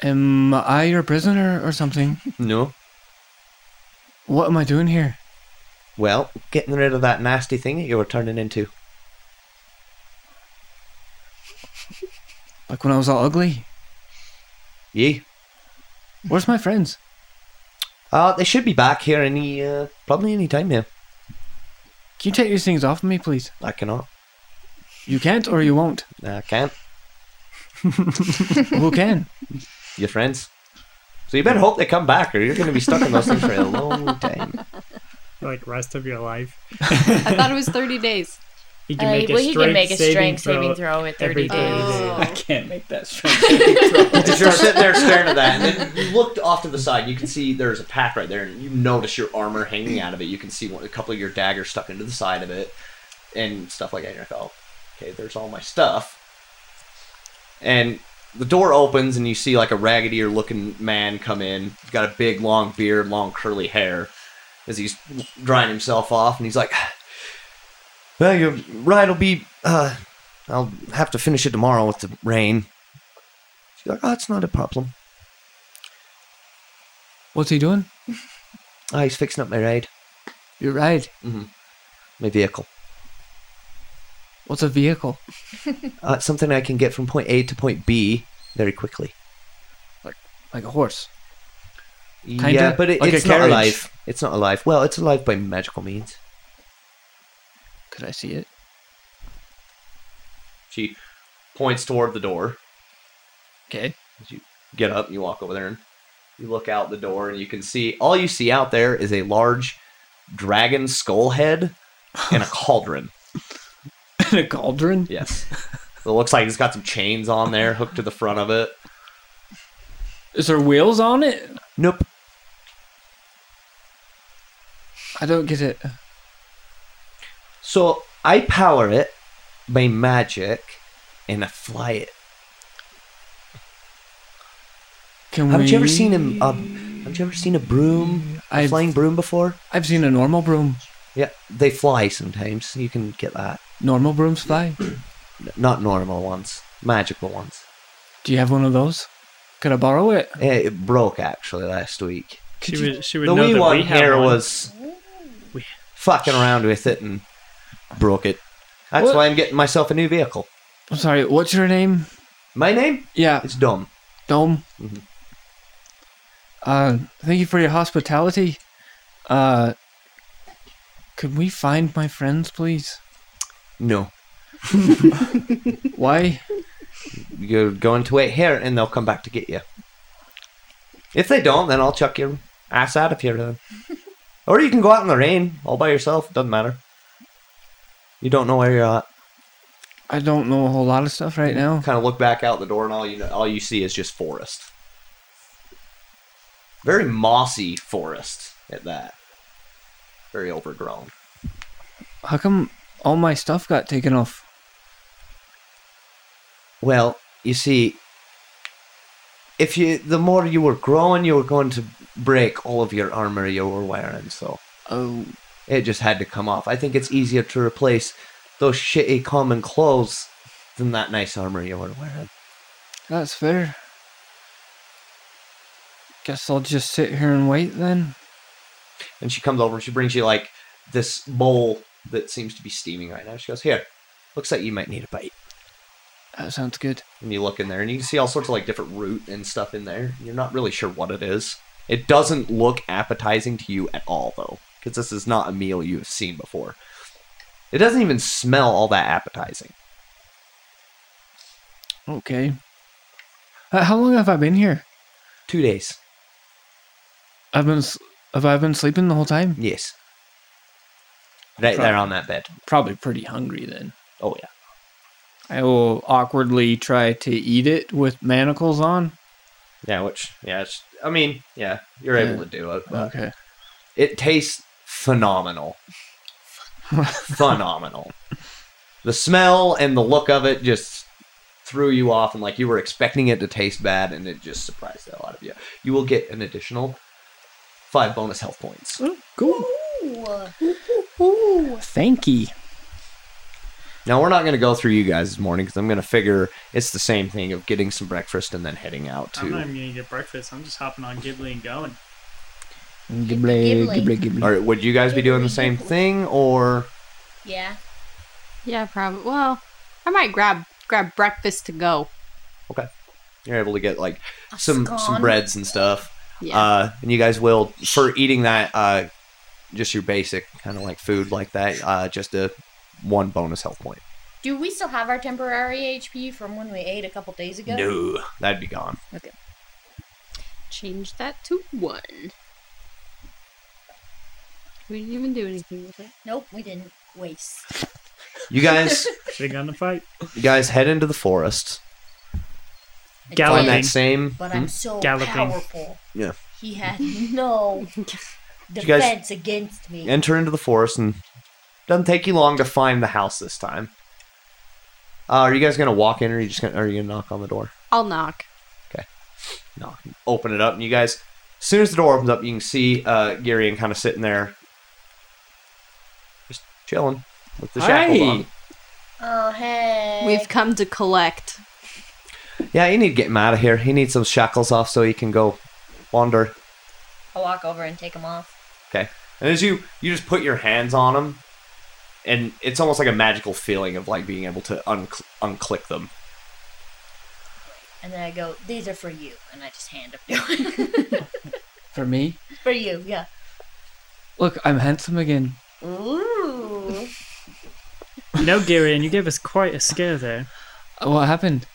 D: Am I your prisoner or something?
A: No.
D: What am I doing here?
A: Well, getting rid of that nasty thing that you were turning into.
D: Like when I was all ugly.
A: Yeah.
D: Where's my friends?
A: Uh, they should be back here any, uh, probably any time now.
D: Can you take these things off of me, please?
A: I cannot.
D: You can't or you won't.
A: I can't.
D: Who can?
A: Your friends. So you better hope they come back or you're going to be stuck in those things for a long time.
E: like rest of your life.
F: I thought it was 30 days.
E: He
B: Uh, well, he can make a strength saving throw, at 30
E: every
B: days.
E: day.
D: I
F: Oh.
D: can't make that strength saving throw.
A: As you're sitting there staring at that, and then you looked off to the side. You can see there's a pack right there, and you notice your armor hanging out of it. You can see one, a couple of your daggers stuck into the side of it, and stuff like that. And you're like, oh, okay, there's all my stuff. And the door opens, and you see like a ragged ear looking man come in. He's got a big, long beard, long curly hair, as he's drying himself off, and he's like, "Well, your ride will be. Uh, I'll have to finish it tomorrow with the rain." She's like, "Oh, it's not a problem."
D: What's he doing?
A: Ah, he's fixing up my ride,
D: You're right.
A: my vehicle.
D: What's a vehicle?
A: Uh, it's something I can get from point A to point B very quickly.
D: Like a horse.
A: Yeah,
D: Kinda
A: but it,
D: like a
A: it's not
D: carriage.
A: alive. It's not alive. Well, it's alive by magical means.
D: Could I see it?
A: She points toward the door.
D: Okay.
A: Get up, you walk over there, and you look out the door, and you can see all you see out there is a large dragon skull head and a cauldron.
D: In a cauldron?
A: Yes. It looks like it's got some chains on there hooked to the front of it.
D: Is there wheels on it?
A: Nope.
D: I don't get it.
A: So I power it by magic and I fly it.
D: Can
A: Haven't you ever
D: we-
A: seen a, a Haven't you ever seen a broom, a
D: I've-
A: flying broom before?
D: I've seen a normal broom.
A: Yeah, they fly sometimes. You can get that.
D: Normal brooms fly.
A: N- Not normal ones, magical ones.
D: Do you have one of those? Could I borrow it?
A: Yeah, it broke actually last week.
E: She would, she would
A: the
E: know
A: wee
E: that
A: one
E: we have
A: here
E: one.
A: was
E: We-
A: fucking around with it and broke it. That's
D: What?
A: why I'm getting myself a new vehicle.
D: I'm sorry. What's your name?
A: My name?
D: Yeah,
A: It's Dom.
D: Dome.
A: Mhm.
D: Uh, thank you for your hospitality. Uh, could we find my friends, please?
A: No,
D: Why?
A: you're going to wait here and they'll come back to get you. If they don't, then I'll chuck your ass out of here then. or you can go out in the rain all by yourself, doesn't matter. You don't know where you're at.
D: I don't know a whole lot of stuff right now.
A: Kind of look back out the door and all you know, all you see is just forest. Very mossy forest at that. Very overgrown.
D: How come all my stuff got taken off?
A: Well, you see, if you the more you were growing, you were going to break all of your armor you were wearing, so
D: Oh,
A: it just had to come off. I think it's easier to replace those shitty common clothes than that nice armor you were wearing.
D: that's fair. Guess I'll just sit here and wait then.
A: And she comes over and she brings you like this bowl that seems to be steaming right now. She goes, "Here, looks like you might need a bite."
D: That sounds good.
A: And you look in there and you can see all sorts of like different root and stuff in there. You're not really sure what it is. It doesn't look appetizing to you at all, though, because this is not a meal you have seen before. It doesn't even smell all that appetizing.
D: Okay. Uh, how long have I been here?
A: Two days.
D: I've been s- have I been sleeping the whole time?
A: Yes. Right there on that bed.
D: Probably pretty hungry then.
A: Oh, yeah.
D: I will awkwardly try to eat it with manacles on.
A: Yeah, which, yeah, it's, I mean, yeah, Uh-huh. you're able to do it, but
D: Okay.
A: it tastes phenomenal. phenomenal. The smell and the look of it just threw you off, and like you were expecting it to taste bad, and it just surprised the hell out of you. You will get an additional five bonus health points.
D: Oh, Cool.
G: Oh,
D: Thank you.
A: Now we're not going to go through you guys this morning because I'm going to figure it's the same thing of getting some breakfast and then heading out
E: I'm not
A: to,
E: even gonna get breakfast. I'm just hopping on Ghibli and going.
G: Ghibli.
D: Ghibli, ghibli, ghibli.
A: or would you guys be doing the same thing, or
G: Yeah.
F: Yeah, probably. Well, I might grab grab breakfast to go.
A: you're able to get like
B: A
A: some some
B: scone?
A: breads and stuff?
F: Yeah.
A: Uh, and you guys will for eating that, uh, just your basic kind of like food like that. Uh, just a one bonus health point.
B: Do we still have our temporary HP from when we ate a couple days ago?
A: No, that'd be gone.
F: Change that to one. We didn't even do anything with it.
G: Nope, we didn't waste.
A: You guys,
E: Should have gotten a fight.
A: you guys head into the forest.
G: I
A: Find
E: Galloping.
G: did,
A: that same.
G: But
A: Hmm?
G: I'm so
E: Galloping.
G: powerful.
A: Yeah.
G: He had no
A: you guys-
G: defense against me.
A: enter into the forest and doesn't take you long to find the house this time. Uh, are you guys gonna walk in, or are you just gonna are you gonna knock on the door?
F: I'll knock.
A: No, open it up, and you guys, as soon as the door opens up, you can see uh, Gary and kind of sitting there, just chilling with the shackles on.
G: Oh hey.
F: We've come to collect.
A: Yeah, you need to get him out of here. He needs those shackles off so he can go wander.
G: I walk over and take him off.
A: And as you you just put your hands on him, and it's almost like a magical feeling of like being able to unc unclick them.
G: And then I go, these are for you. And I just hand them to him.
D: For me?
G: for you, yeah.
D: Look, I'm handsome again.
G: Ooh.
E: You know, Garion, you gave us quite a scare there.
D: Uh, What happened?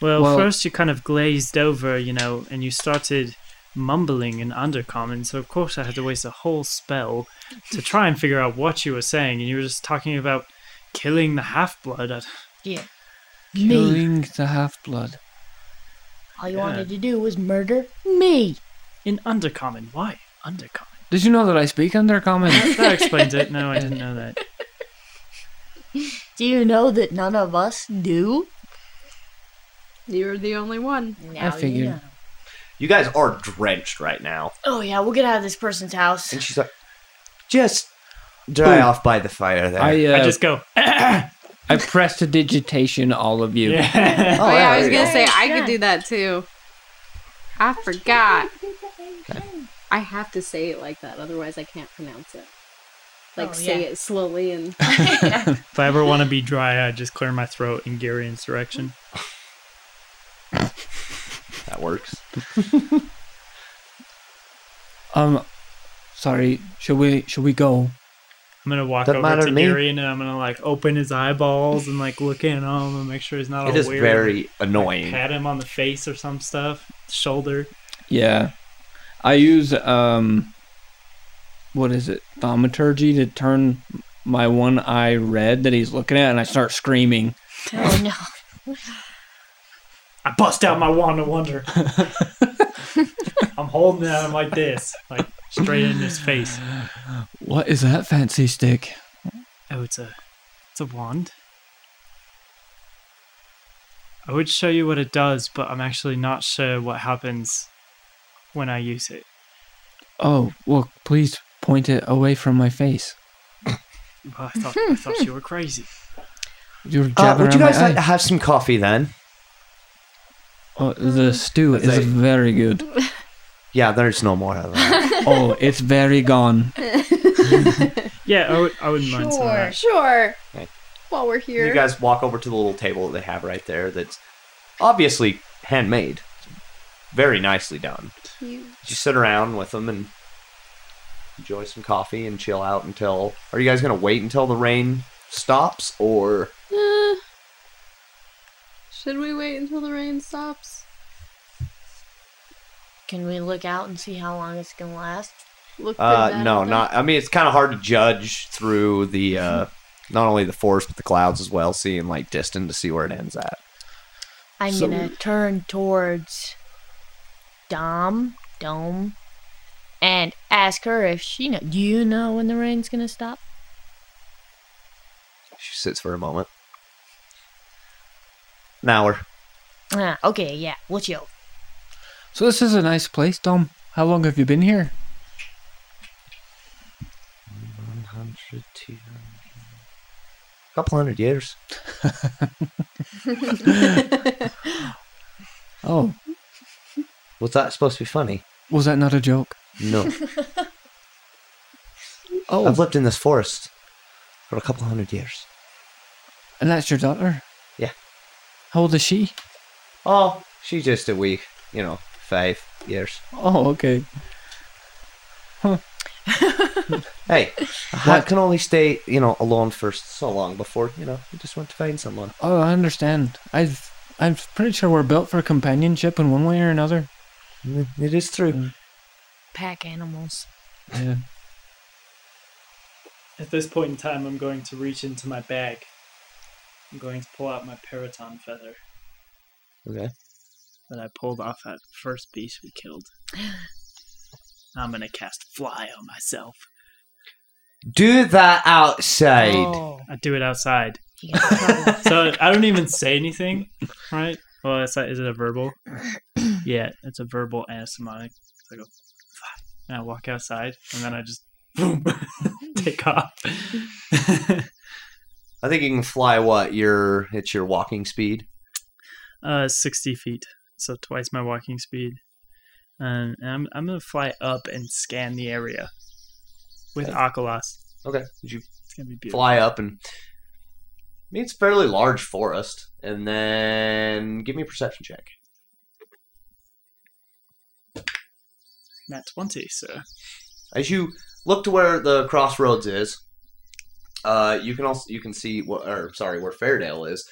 E: Well,
D: Well-
E: first you kind of glazed over, you know, and you started mumbling in undercommon, so of course I had to waste a whole spell to try and figure out what you were saying, and you were just talking about killing the half blood.
D: Killing the half blood.
G: All you
E: Yeah.
G: wanted to do was murder me.
E: In undercommon. Why? Undercommon.
D: Did you know that I speak undercommon?
E: That explains it. No, I didn't know that.
G: Do you know that none of us do?
F: You're the only one.
G: Now
D: figured.
A: You guys are drenched right now.
G: Oh yeah, we'll get out of this person's house.
A: And she's like, just dry
D: Ooh.
A: off by the fire there.
D: I uh,
E: I just go,
D: I pressed a digitation all of you.
E: yeah.
F: Oh, yeah, I was
A: there you
F: gonna say
G: go.
F: I
G: Yeah.
F: could do that too. I forgot. I have to say it like that, otherwise I can't pronounce it. Like
G: Oh,
F: say
G: yeah.
F: it slowly and
E: If I ever want to be dry, I just clear my throat in Garion's direction.
A: go. That works.
D: Um, sorry. Shall we? Shall we go?
E: I'm gonna walk
A: Doesn't
E: over
A: matter
E: to,
A: to me.
E: Garion and I'm gonna like open his eyeballs and like look in him and make sure he's not
A: It
E: all
A: is
E: weird.
A: very
E: Like,
A: annoying.
E: pat him on the face or some stuff, shoulder.
D: Yeah. I use um, what is it? Thaumaturgy to turn my one eye red that he's looking at, and I start screaming.
G: Oh no.
E: I bust out my wand of wonder. I'm holding it out like this, like straight in his face.
D: What is that fancy stick?
E: Oh, it's a, it's a wand. I would show you what it does, but I'm actually not sure what happens when I use it.
D: Oh, well, please point it away from my face.
E: Well, I thought, I thought you were crazy.
D: You're
A: Uh,
D: jabbing
A: would you
D: around
A: guys
D: my
A: like to
D: eye.
A: have some coffee then?
D: Oh, the stew
A: That's
D: is
A: like-
D: very good.
A: Yeah, there's no more of that.
D: Oh, it's very gone.
E: Yeah, I would. I wouldn't mind some of
G: Sure.
E: that.
F: Sure.
A: Okay.
F: While we're here.
A: you guys walk over to the little table that they have right there that's obviously handmade. Very nicely done.
F: You-
A: You sit around with them and enjoy some coffee and chill out until. Are you guys going to wait until the rain stops or.
F: Uh, should we wait until the rain stops?
G: Can we look out and see how long it's gonna last?
F: Look for
A: Uh,
F: that
A: no,
F: other-
A: not. I mean, it's kind of hard to judge through the uh, not only the forest but the clouds as well, seeing like distant to see where it ends at.
G: I'm
D: So-
G: gonna turn towards Dom, Dome, and ask her if she know. Do you know when the rain's gonna stop?
A: She sits for a moment. An hour.
G: Ah, okay, yeah, we'll chill.
D: So this is a nice place, Dom. How long have you been here?
A: One hundred, two hundred. Couple hundred years.
D: Oh,
A: Was that supposed to be funny?
D: was that not a joke?
A: No.
D: Oh,
A: I've lived in this forest for a couple hundred years.
D: and that's your daughter?
A: Yeah.
D: How old is she?
A: Oh, she's just a wee, you know, five years.
D: Oh, okay.
A: Hey, a hat can only stay, you know, alone for so long before, you know, you just want to find someone.
D: Oh, I understand. I've, I'm pretty sure we're built for companionship in one way or another.
A: It is true.
G: Pack animals.
D: Yeah.
E: At this point in time, I'm going to reach into my bag. I'm going to pull out my periton feather
A: Okay.
E: that I pulled off that first beast we killed. I'm gonna cast fly on myself.
A: Do that outside.
G: Oh,
E: I do it outside.
G: you got a problem.
E: So I don't even say anything, right? Well, it's not, is it a verbal? Yeah, it's a verbal and a sonic. So I go, "Fly," and I walk outside, and then I just boom, take off.
A: I think you can fly what your it's your walking speed.
E: uh, sixty feet, so twice my walking speed. Um, and I'm I'm gonna fly up and scan the area with Akalas.
A: Okay. Did you
E: It's gonna be beautiful.
A: fly up and I mean, it's a fairly large forest, and then give me a perception check.
E: Nat twenty, so
A: As you look to where the crossroads is, uh, you can also you can see what or sorry where Fairdale is.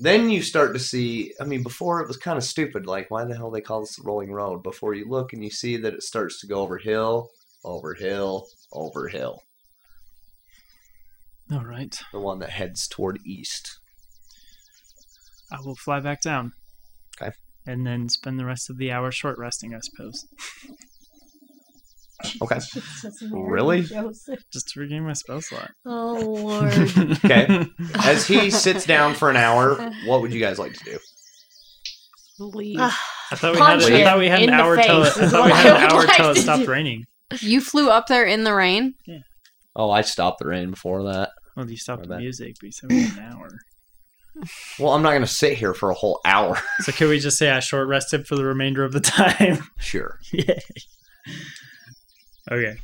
A: Then you start to see. I mean, before it was kind of stupid. Like, why the hell they call this the rolling road? Before you look and you see that it starts to go over hill, over hill, over hill.
E: all right.
A: The one that heads toward east.
E: I will fly back down.
A: Okay.
E: And then spend the rest of the hour short resting, I suppose,
A: Okay. Really?
E: just to regain my spell slot.
B: Oh lord.
A: Okay. As he sits down for an hour, what would you guys like to do?
F: Leave.
G: Ah,
E: I thought we
G: Punch
E: had. I
G: him
E: thought we had an
G: in the
E: hour till.
G: face
E: I
G: is
E: thought we
G: what
E: had
G: I
E: an
G: would
E: hour
G: like
E: till it
G: to
E: stopped
G: do.
E: raining.
F: you flew up there in the rain.
A: Oh, I stopped the rain before that.
E: Well, you stopped
A: My
E: the
A: bad.
E: music, but you said we had an hour.
A: Well, I'm not going to sit here for a whole hour.
E: So can we just say I short rested for the remainder of the time?
A: sure.
E: Yay. Okay.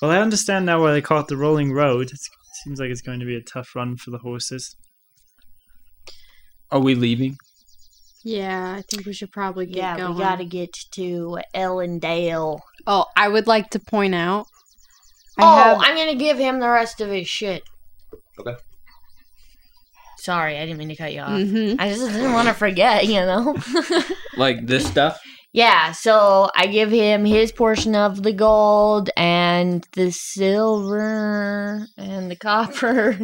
E: Well, I understand now why they call it the Rolling Road. It seems like it's going to be a tough run for the horses.
D: Are we leaving?
F: Yeah, I think we should probably get
B: yeah,
F: going.
B: we gotta get to Ellendale.
F: Oh, I would like to point out. I
G: oh,
F: have
G: I'm gonna give him the rest of his shit.
A: Okay.
G: Sorry, I Mm-hmm. didn't mean to cut you off.
F: Mhm.
G: I just didn't want to forget, you know.
D: Like this stuff?
G: yeah, so I give him his portion of the gold and the silver and the copper.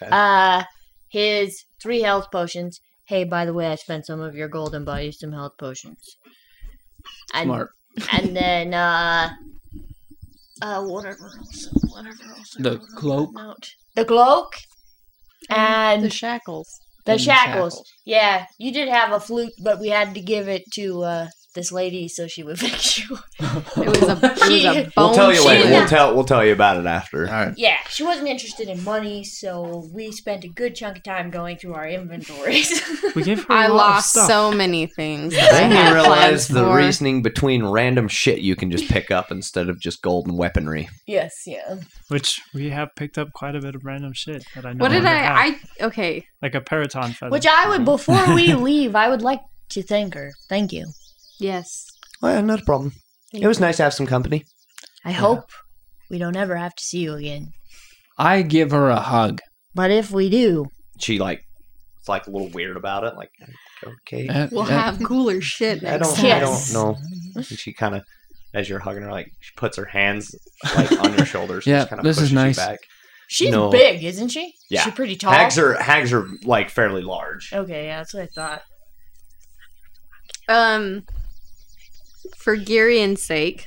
A: Okay.
G: Uh, his three health potions. Hey, by the way, I spent some of your gold and bought you some health potions. And
D: Smart.
G: and then uh uh whatever else whatever else I
D: The
G: wrote on that
D: cloak.
G: note. the cloak and
F: the
G: the,
F: shackles.
D: and the
G: shackles.
D: shackles.
G: yeah you did have a flute but we had to give it to uh this lady so she would fix you
F: It was a, it was a
G: We'll
F: bone
A: we'll tell you later.
G: later. shit.
A: We'll
G: We'll
A: tell we'll tell you about it after.
D: right.
G: yeah she wasn't interested in money so we spent a good chunk of time going through our inventories
E: We gave her a
F: I
E: lot of
F: lost
E: stuff.
F: so many things. that I
A: Then you
F: had
A: realize
F: plans
A: the
F: for.
A: reasoning between random shit you can just pick up instead of just golden weaponry.
G: yes yeah
E: Which we have picked up quite a bit of random shit that I know.
F: What did
E: Have.
F: I? I okay.
E: like a periton feather.
G: which i would before we leave i would like to thank her thank you
F: Yes.
A: Oh, yeah, not a problem. It was nice to have some company.
G: i hope we don't ever have to see you again
D: I give her a hug.
G: but if we do
A: She like, it's like a little weird about it. Like, okay,
D: That-
F: We'll
D: that-
F: have cooler shit
A: I
F: next
A: don't,
F: time.
A: I don't know. And she kind of, as you're hugging her, like she puts her hands like on your shoulders.
D: Yeah,
A: kind of
D: this
A: pushes
D: is nice.
A: You back.
G: She's
A: No.
G: big, isn't she?
A: Yeah.
G: She's pretty tall. Oh.
A: Hags are hags are like fairly large.
G: okay, yeah, that's what I thought.
F: Um, for Garion's sake,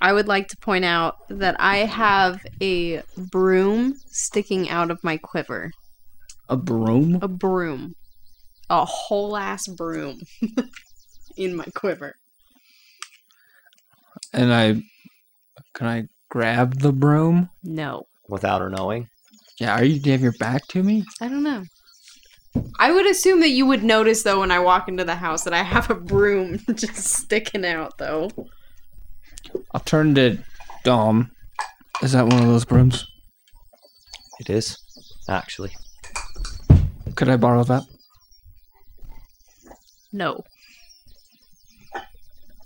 F: I would like to point out that I have a broom sticking out of my quiver.
D: a broom.
F: A broom, a whole ass broom in my quiver.
D: and I can I grab the broom?
F: No,
A: Without her knowing,
D: Yeah, are you do you have your back to me?
F: I don't know. I would assume that you would notice though when I walk into the house that I have a broom just sticking out though.
D: I'll turn to Dom. Is that one of those brooms?
A: it is actually.
D: Could I borrow that?
F: No.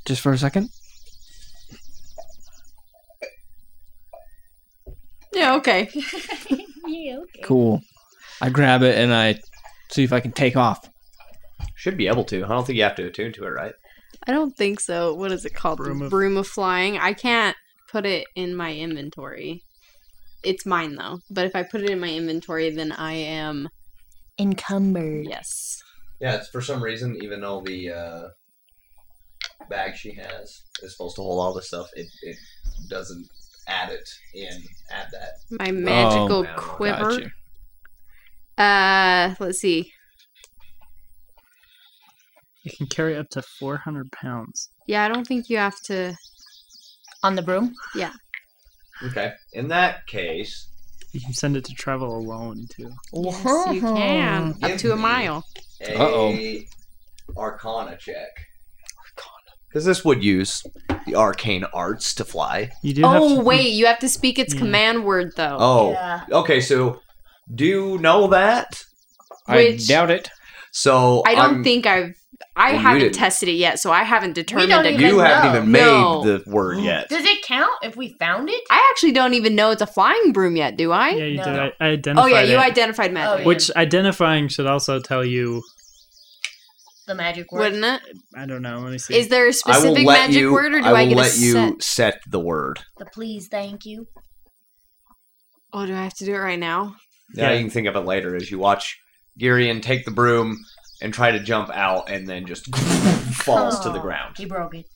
D: Just for a second?
F: Yeah, okay.
B: yeah, okay.
D: Cool. I grab it and I see if I can take off.
A: Should be able to. I don't think you have to attune to it, right?
F: I don't think so. What is it called?
E: Broom
F: Broom
E: of-
F: of, broom of flying. I can't. put it in my inventory. It's mine though. But if I put it in my inventory, then I am
G: Encumbered.
F: yes.
A: Yeah, it's for some reason, even though the uh, bag she has is supposed to hold all this stuff, it, it doesn't add it in, add that.
F: My magical
A: man, I got
F: quiver.
D: you.
F: Uh, let's see.
E: You can carry up to 400 pounds.
F: Yeah, I don't think you have to.
G: On the broom?
A: Okay. In that case,
E: You can send it to travel alone too.
F: Yes, you can up
A: Give
F: to a
A: me-
F: mile.
A: a
D: Uh-oh.
A: Arcana check. Because this would use the arcane arts to fly.
E: You do. have
F: Oh
E: to,
F: wait, you have to speak its
E: Yeah.
F: command word though.
A: Oh,
G: Yeah.
A: okay. So, do you know that?
D: I
F: Which-
D: doubt it.
A: So
F: I don't
A: I'm-
F: think I've. I
A: Well, you
F: haven't
A: didn't.
F: tested it yet, so I haven't determined.
G: don't
F: a-
G: even-
A: you haven't
G: know.
A: even made
F: No.
A: the word yet.
G: Does it count if we found it?
F: I actually don't even know it's a flying broom yet. Do I?
E: Yeah, you do.
G: No.
E: I, I
F: oh
E: identified
F: yeah, you
E: it.
F: identified magic,
G: yeah.
E: Which identifying should also tell you.
G: The magic word.
F: wouldn't it?
E: I don't know. Let me see.
F: Is there a
A: I will
F: specific
A: let
F: magic
A: you.
F: word, or do
A: I will
F: I, get
A: let
F: a
A: you
F: set?
A: set the word.
G: The please, thank you.
F: Oh, do I have to do it right now?
A: Yeah,
E: Yeah.
A: you can think of it later as you watch Girion take the broom and try to jump out, and then just falls to the
G: Aw,
A: ground.
G: He broke it.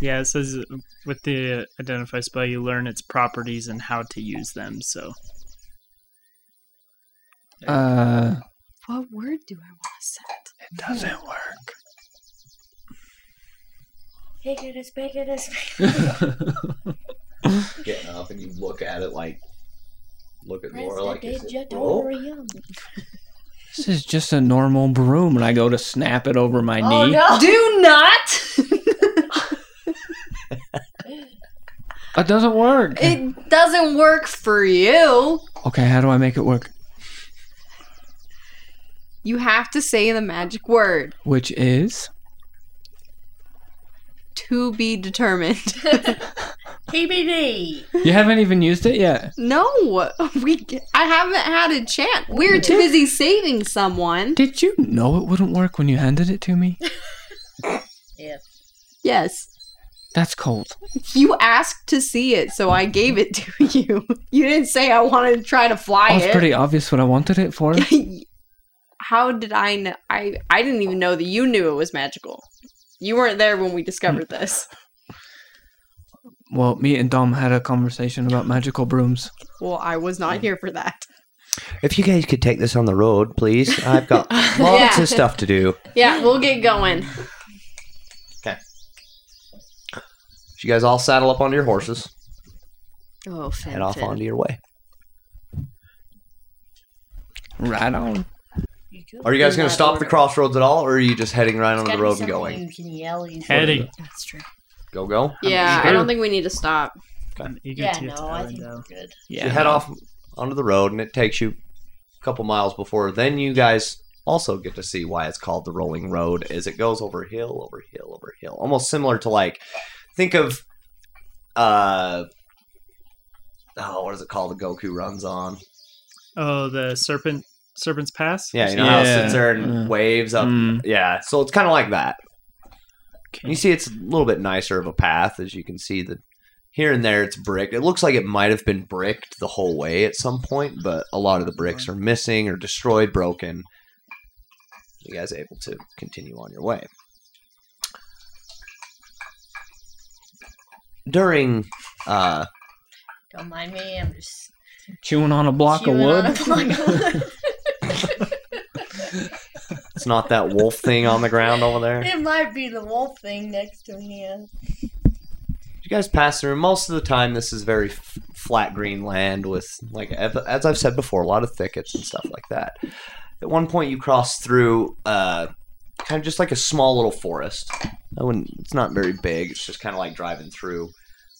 E: yeah, it says uh, with the identify spell, you learn its properties and how to use them. So
D: Uh,
F: What word do I want to set?
E: it doesn't work.
G: Big it is, big it is, big
A: Get up, and you look at it like, look at Laura like, is it broke?
G: Oh
D: this is just a normal broom, and I go to snap it over my
F: Oh,
D: knee.
G: Oh, no!
F: Do not.
D: It doesn't work.
F: it doesn't work for you.
D: okay, how do I make it work?
F: You have to say the magic word
D: Which is
F: to be determined.
G: TBD.
D: you haven't even used it yet.
F: no, we. I haven't had a chance. We're too busy saving someone.
D: Did you know it wouldn't work when you handed it to me?
F: Yes.
D: That's cold.
F: You asked to see it, so I gave it to you. You didn't say I wanted to try to fly
D: Oh, it's
F: it.
D: pretty obvious what I wanted it for.
F: How did I know? I I didn't even know that you knew it was magical. You weren't there when we discovered this.
D: Well, me and Dom had a conversation about magical brooms.
F: Well, I was not here for that.
A: If you guys could take this on the road, please. I've got lots
F: Yeah.
A: of stuff to do.
F: Yeah, we'll get going.
A: You guys all saddle up onto your horses,
F: Oh,
A: head off onto your way.
D: Right on.
A: Are you guys going to stop the crossroads at all, or are you just heading right
G: It's
A: onto
G: gotta
A: the
G: be
A: road and
G: something
A: going?
G: You can yell. You can-
E: Heading.
F: That's true.
A: Go, go.
F: Yeah, I
E: sure.
F: don't think we need to stop.
E: I'm eager
G: Yeah,
E: to get to
G: no, I think
E: Arendelle.
G: we're good.
A: So you head off onto the road, and it takes you a couple miles before. Then you guys also get to see why it's called the Rolling Road, as it goes over hill, over hill, over hill, almost similar to like think of uh oh, what is it called? The Goku runs on.
E: Oh, the serpent, serpent's pass.
A: Yeah, you know how it
D: Yeah.
A: sits there and
D: Mm.
A: waves up.
D: Mm.
A: Yeah, so it's kind of like that.
E: Okay.
A: You see, it's a little bit nicer of a path, as you can see. The here and there, it's brick. It looks like it might have been bricked the whole way at some point, but a lot of the bricks are missing or destroyed, broken. You guys are able to continue on your way. During, uh,
G: Don't mind me. I'm just
D: Chewing on a block
G: chewing
D: of
G: on
D: wood.
G: a block of wood.
A: it's not that wolf thing on the ground over there.
G: it might be the wolf thing next to me. yeah.
A: you guys pass through most of the time this is very f- flat green land with like ev- as i've said before a lot of thickets and stuff like that at one point you cross through uh, kind of just like a small little forest I wouldn't, it's not very big it's just kind of like driving through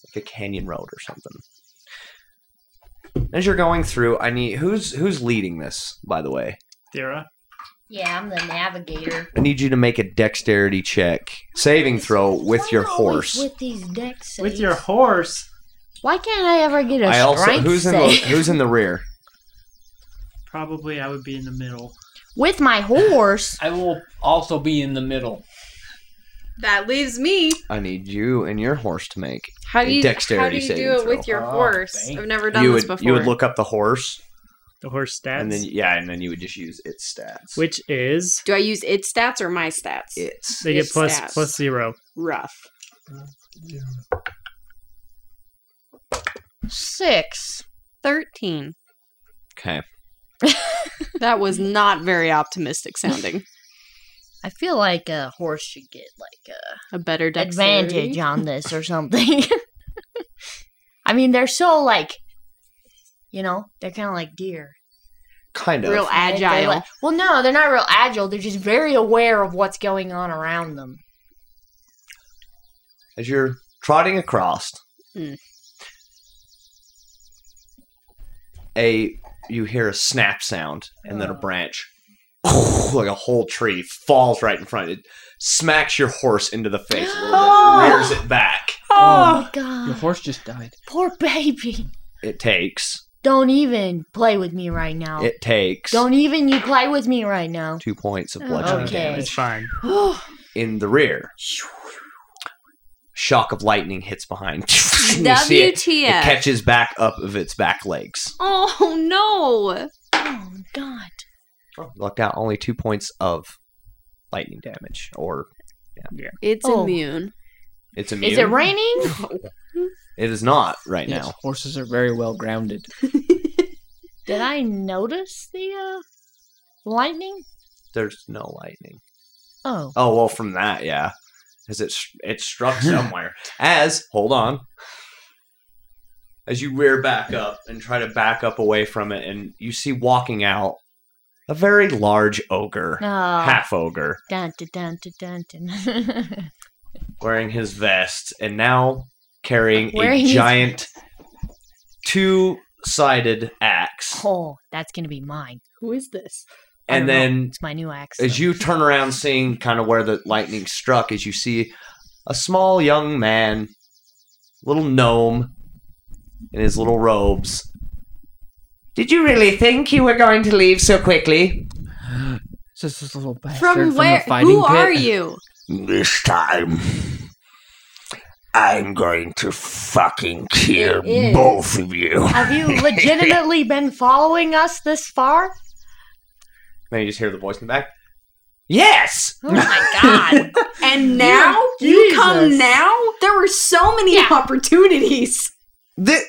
A: like a canyon road or something as you're going through i need who's who's leading this by the way
E: Thera.
G: Yeah, I'm the navigator.
A: i need you to make a dexterity check saving throw with your
G: Why always
A: horse
G: With these deck saves?
E: With your horse,
G: Why can't I ever get a
A: i also
G: strength
A: who's in the
G: save?
A: who's in the rear
E: probably I would be in the middle.
G: With my horse?
D: I will also be in the middle.
F: That leaves me.
A: I need you and your horse to make.
F: How
A: A
F: do you how do
A: dexterity
F: you do
A: saving
F: it with
A: throw.
F: your
C: Oh,
F: horse?
C: dang.
F: I've never done
A: you
F: this
A: would
F: before.
A: you would look up the horse
E: The horse stats,
A: and then yeah, and then you would just use its stats.
E: which is
F: do I use its stats or my stats?
A: its
E: they get
F: Its
E: plus-
F: stats.
E: plus zero.
F: Rough.
G: Six.
F: Thirteen.
A: okay.
F: That was not very optimistic sounding.
G: I feel like a horse should get like a
F: A better dexterity.
G: advantage on this or something. I mean, they're so like, you know, they're kind of like deer.
A: Kind of.
F: Real
G: right? They're
F: agile.
G: like- well, no, they're not real agile. They're just very aware of what's going on around them.
A: As you're trotting across,
F: Mm.
A: a you hear a snap sound and
F: Oh.
A: then a branch. Like a whole tree falls right in front. It smacks your horse into the face a little bit, rears it back.
G: Oh, my
D: Your
G: god,
D: horse just died.
G: poor baby.
A: It takes.
G: Don't even play with me right now.
A: It takes
G: Don't even you play with me right now.
A: two points of
G: Oh,
A: bludgeoning
G: okay.
A: damage
E: It's fine.
A: in the rear. Shock of lightning hits behind. And you see it. It
F: WTF.
A: catches back up of its back legs.
F: oh no.
G: Oh god.
A: Lucked Oh, out only two points of lightning damage, or
F: It's
G: Oh.
F: immune.
A: it's immune.
G: Is it raining?
A: It is not right
D: Yes,
A: now.
D: horses are very well grounded.
G: Did I notice the uh, lightning?
A: There's no lightning.
G: Oh,
A: Oh well, from that, yeah, because it s- it struck somewhere. as hold on, as you rear back up and try to back up away from it, and you see walking out a very large ogre,
G: no.
A: half ogre,
G: Dun, dun, dun, dun, dun.
A: wearing his vest and now carrying
G: Wearing
A: a
G: his
A: giant two-sided axe.
G: oh, that's gonna be mine.
F: Who is this?
G: I
A: and
G: don't know.
A: then
G: It's my new axe.
A: as you turn around seeing kind of where the lightning struck as you see a small young man little gnome in his little robes did you really think you were going to leave so quickly
D: It's just this little bastard
F: From
D: from,
F: where
D: the fighting
F: who
D: pit.
F: are you?
H: This time, I'm going to fucking kill
F: It is.
H: both of you.
G: Have you legitimately been following us this far?
A: now you just hear the voice in the back yes
G: Oh my god!
F: And now you come
G: Jesus.
F: now? There were so many
G: Yeah.
F: opportunities.
A: Thi-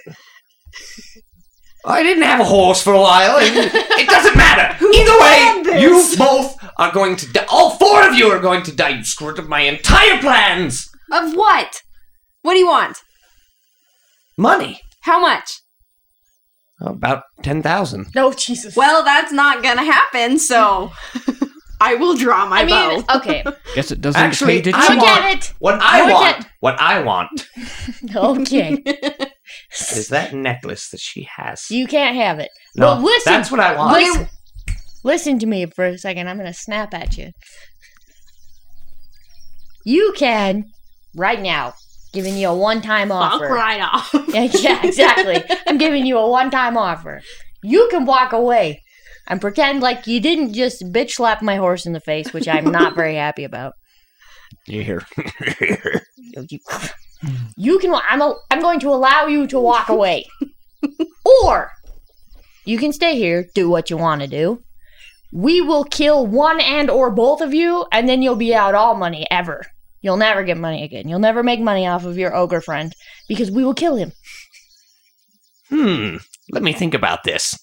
A: I didn't have a horse for a while. and it doesn't matter.
F: planned
A: Either way, you
F: this?
A: both are going to die. All four of you are going to die. You screwed up my entire plans.
F: Of what? What do you want?
A: Money.
F: How much?
A: About 10,000.
G: no, Jesus.
F: Well, that's not gonna happen, so I will draw my
G: I mean,
F: bow.
G: okay,
D: Guess it doesn't
A: Actually,
D: pay did
A: I
D: you?
A: want-
G: forget it.
A: What I
G: Look
A: want, what I want
G: Okay,
A: is that necklace that she has.
G: you can't have it.
A: no,
G: well, listen.
A: that's what I want.
G: Listen, listen to me for a second. I'm gonna snap at you. You can, right now, giving you a one-time
F: Fuck
G: offer.
F: right off.
G: Yeah, yeah, exactly. I'm giving you a one time offer. You can walk away and pretend like you didn't just bitch slap my horse in the face, which I'm not very happy about.
A: You hear?
G: You- You,
H: Hmm.
G: you can, I'm, a, I'm going to allow you to walk away. or you can stay here, do what you want to do. We will kill one and or both of you, and then you'll be out all money ever. You'll never get money again. You'll never make money off of your ogre friend because we will kill him.
A: Hmm. Let me think about this.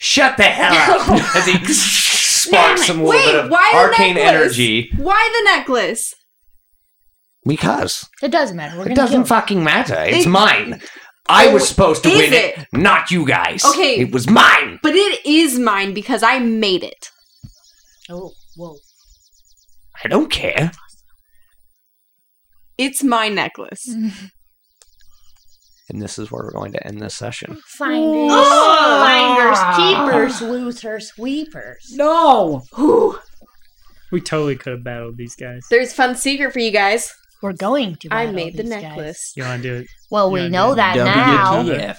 A: Shut the hell up. As he sparks some little
F: Wait,
A: bit of
F: why the
A: arcane
F: necklace?
A: energy.
F: Why the necklace?
H: Because
G: It doesn't matter. We're
H: it
G: gonna kill him.
H: doesn't fucking matter. It's
F: It-
H: mine. I
F: Oh,
H: was supposed to
F: is
H: win it,
F: it?
H: not you guys.
F: Okay.
H: It was mine.
F: But it is mine because I made it.
G: Oh, whoa.
H: I don't care.
F: It's my necklace.
A: And this is where we're going to end this session.
G: Finders,
H: Ah!
G: finders, keepers, losers, sweepers.
D: No.
F: Whew.
E: We totally could have battled these guys.
F: There's fun secret for you guys.
G: We're going to.
F: I
G: battle
F: made the
G: these guys.
F: necklace.
E: You want to do it?
G: Well, Oh, we
E: Yeah,
G: know
E: yeah.
G: that now.
D: WTF?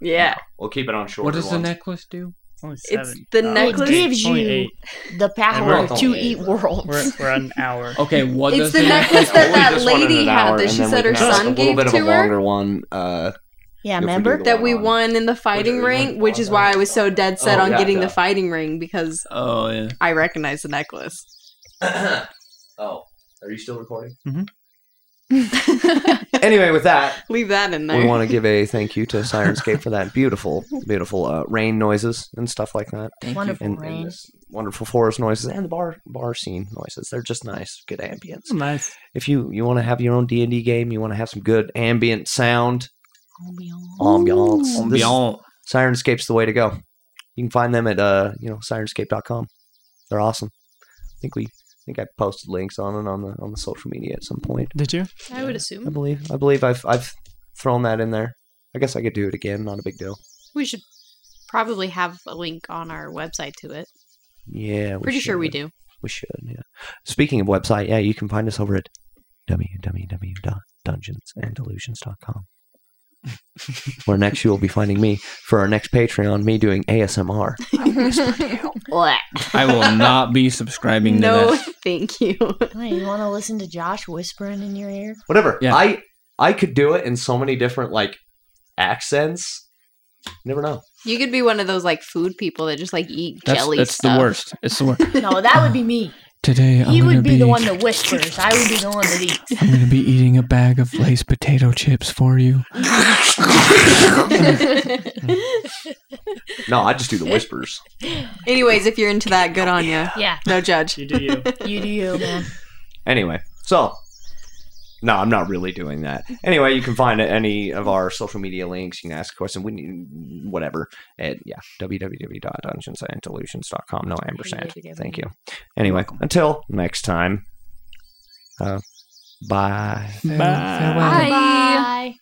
F: Yeah.
A: We'll keep it on short.
D: What does the necklace do?
E: It's only
F: It's
E: seven.
F: the
E: Oh, it's
F: necklace.
E: eight.
G: gives
E: It's only
G: you-
E: eight.
G: The power
A: not the
G: to
A: only
G: eat worlds.
E: We're, we're at an hour.
D: Okay, what
F: It's
D: does
F: the
D: the
F: necklace that
A: Only
F: that
A: this one in
F: lady
A: an
F: had
A: hour,
F: that
A: and
F: she
A: then we
F: said her
A: can have
F: son
A: a little
F: gave
A: bit of
F: to
A: a
F: her.
A: longer one. Uh,
G: yeah,
A: if we do
G: remember?
A: the
F: That we
A: one on-
F: won in the fighting
A: we won
F: ring, which is why I was so dead set
A: Oh,
F: on
A: yeah,
F: getting
A: yeah.
F: the fighting ring because
D: Oh yeah.
F: I recognize the necklace.
A: oh, are you still recording?
F: Leave
A: Anyway, with that,
F: that in
A: we
F: there.
A: want to give a thank you to Sirenscape for that beautiful, beautiful uh, rain noises and stuff like that,
G: Wonderful
A: and,
G: rain.
A: and this wonderful forest noises and the bar bar scene noises. They're just nice, good ambience.
E: Nice.
A: If you you want to have your own D and D game, you want to have some good ambient sound, ambiance, This-
D: Ambiance.
A: Sirenscape's the way to go. You can find them at uh, you know sirenscape.com. They're awesome. I think we I think I posted links on it on the on the social media at some point.
E: Did you?
B: I would
A: I
F: Hmm.
B: assume
A: believe I believe I've I've thrown that in there. I guess I could do it again. Not a big deal.
F: We should probably have a link on our website to it.
A: Yeah, we
F: Pretty sure we
A: should.
F: do.
A: We should. Yeah. Speaking of website, yeah, you can find us over at www.dungeonsanddelusions.com. Where next you will be finding me for our next Patreon, me doing ASMR.
G: What?
D: I will not be subscribing to
F: No,
D: that.
F: thank you.
G: Wait, you want to listen to Josh whispering in your ear?
A: whatever.
D: Yeah.
A: I I could do it in so many different like accents. Never know.
F: You could be one of those like food people that just like eat
D: That's,
F: jelly
D: that's
F: stuff.
D: the worst. It's the worst.
G: No, that would be me.
D: Today I'm
G: He
D: gonna
G: would be the one that whispers. I would be the one that eats.
D: I'm gonna be eating a bag of Lay's potato chips for you.
A: No, I just do the whispers.
F: Anyways, if you're into that, good on you.
B: Yeah.
F: No judge.
E: You do you.
G: You do you, man.
A: anyway, so no, I'm not really doing that. Anyway, you can find any of our social media links. You can ask a question, we need- whatever. At yeah, www.dungeonsanddelusions.com. No ampersand. Thank you. Anyway, until next time. Uh, bye.
D: Farewell.
F: Bye.
B: Bye.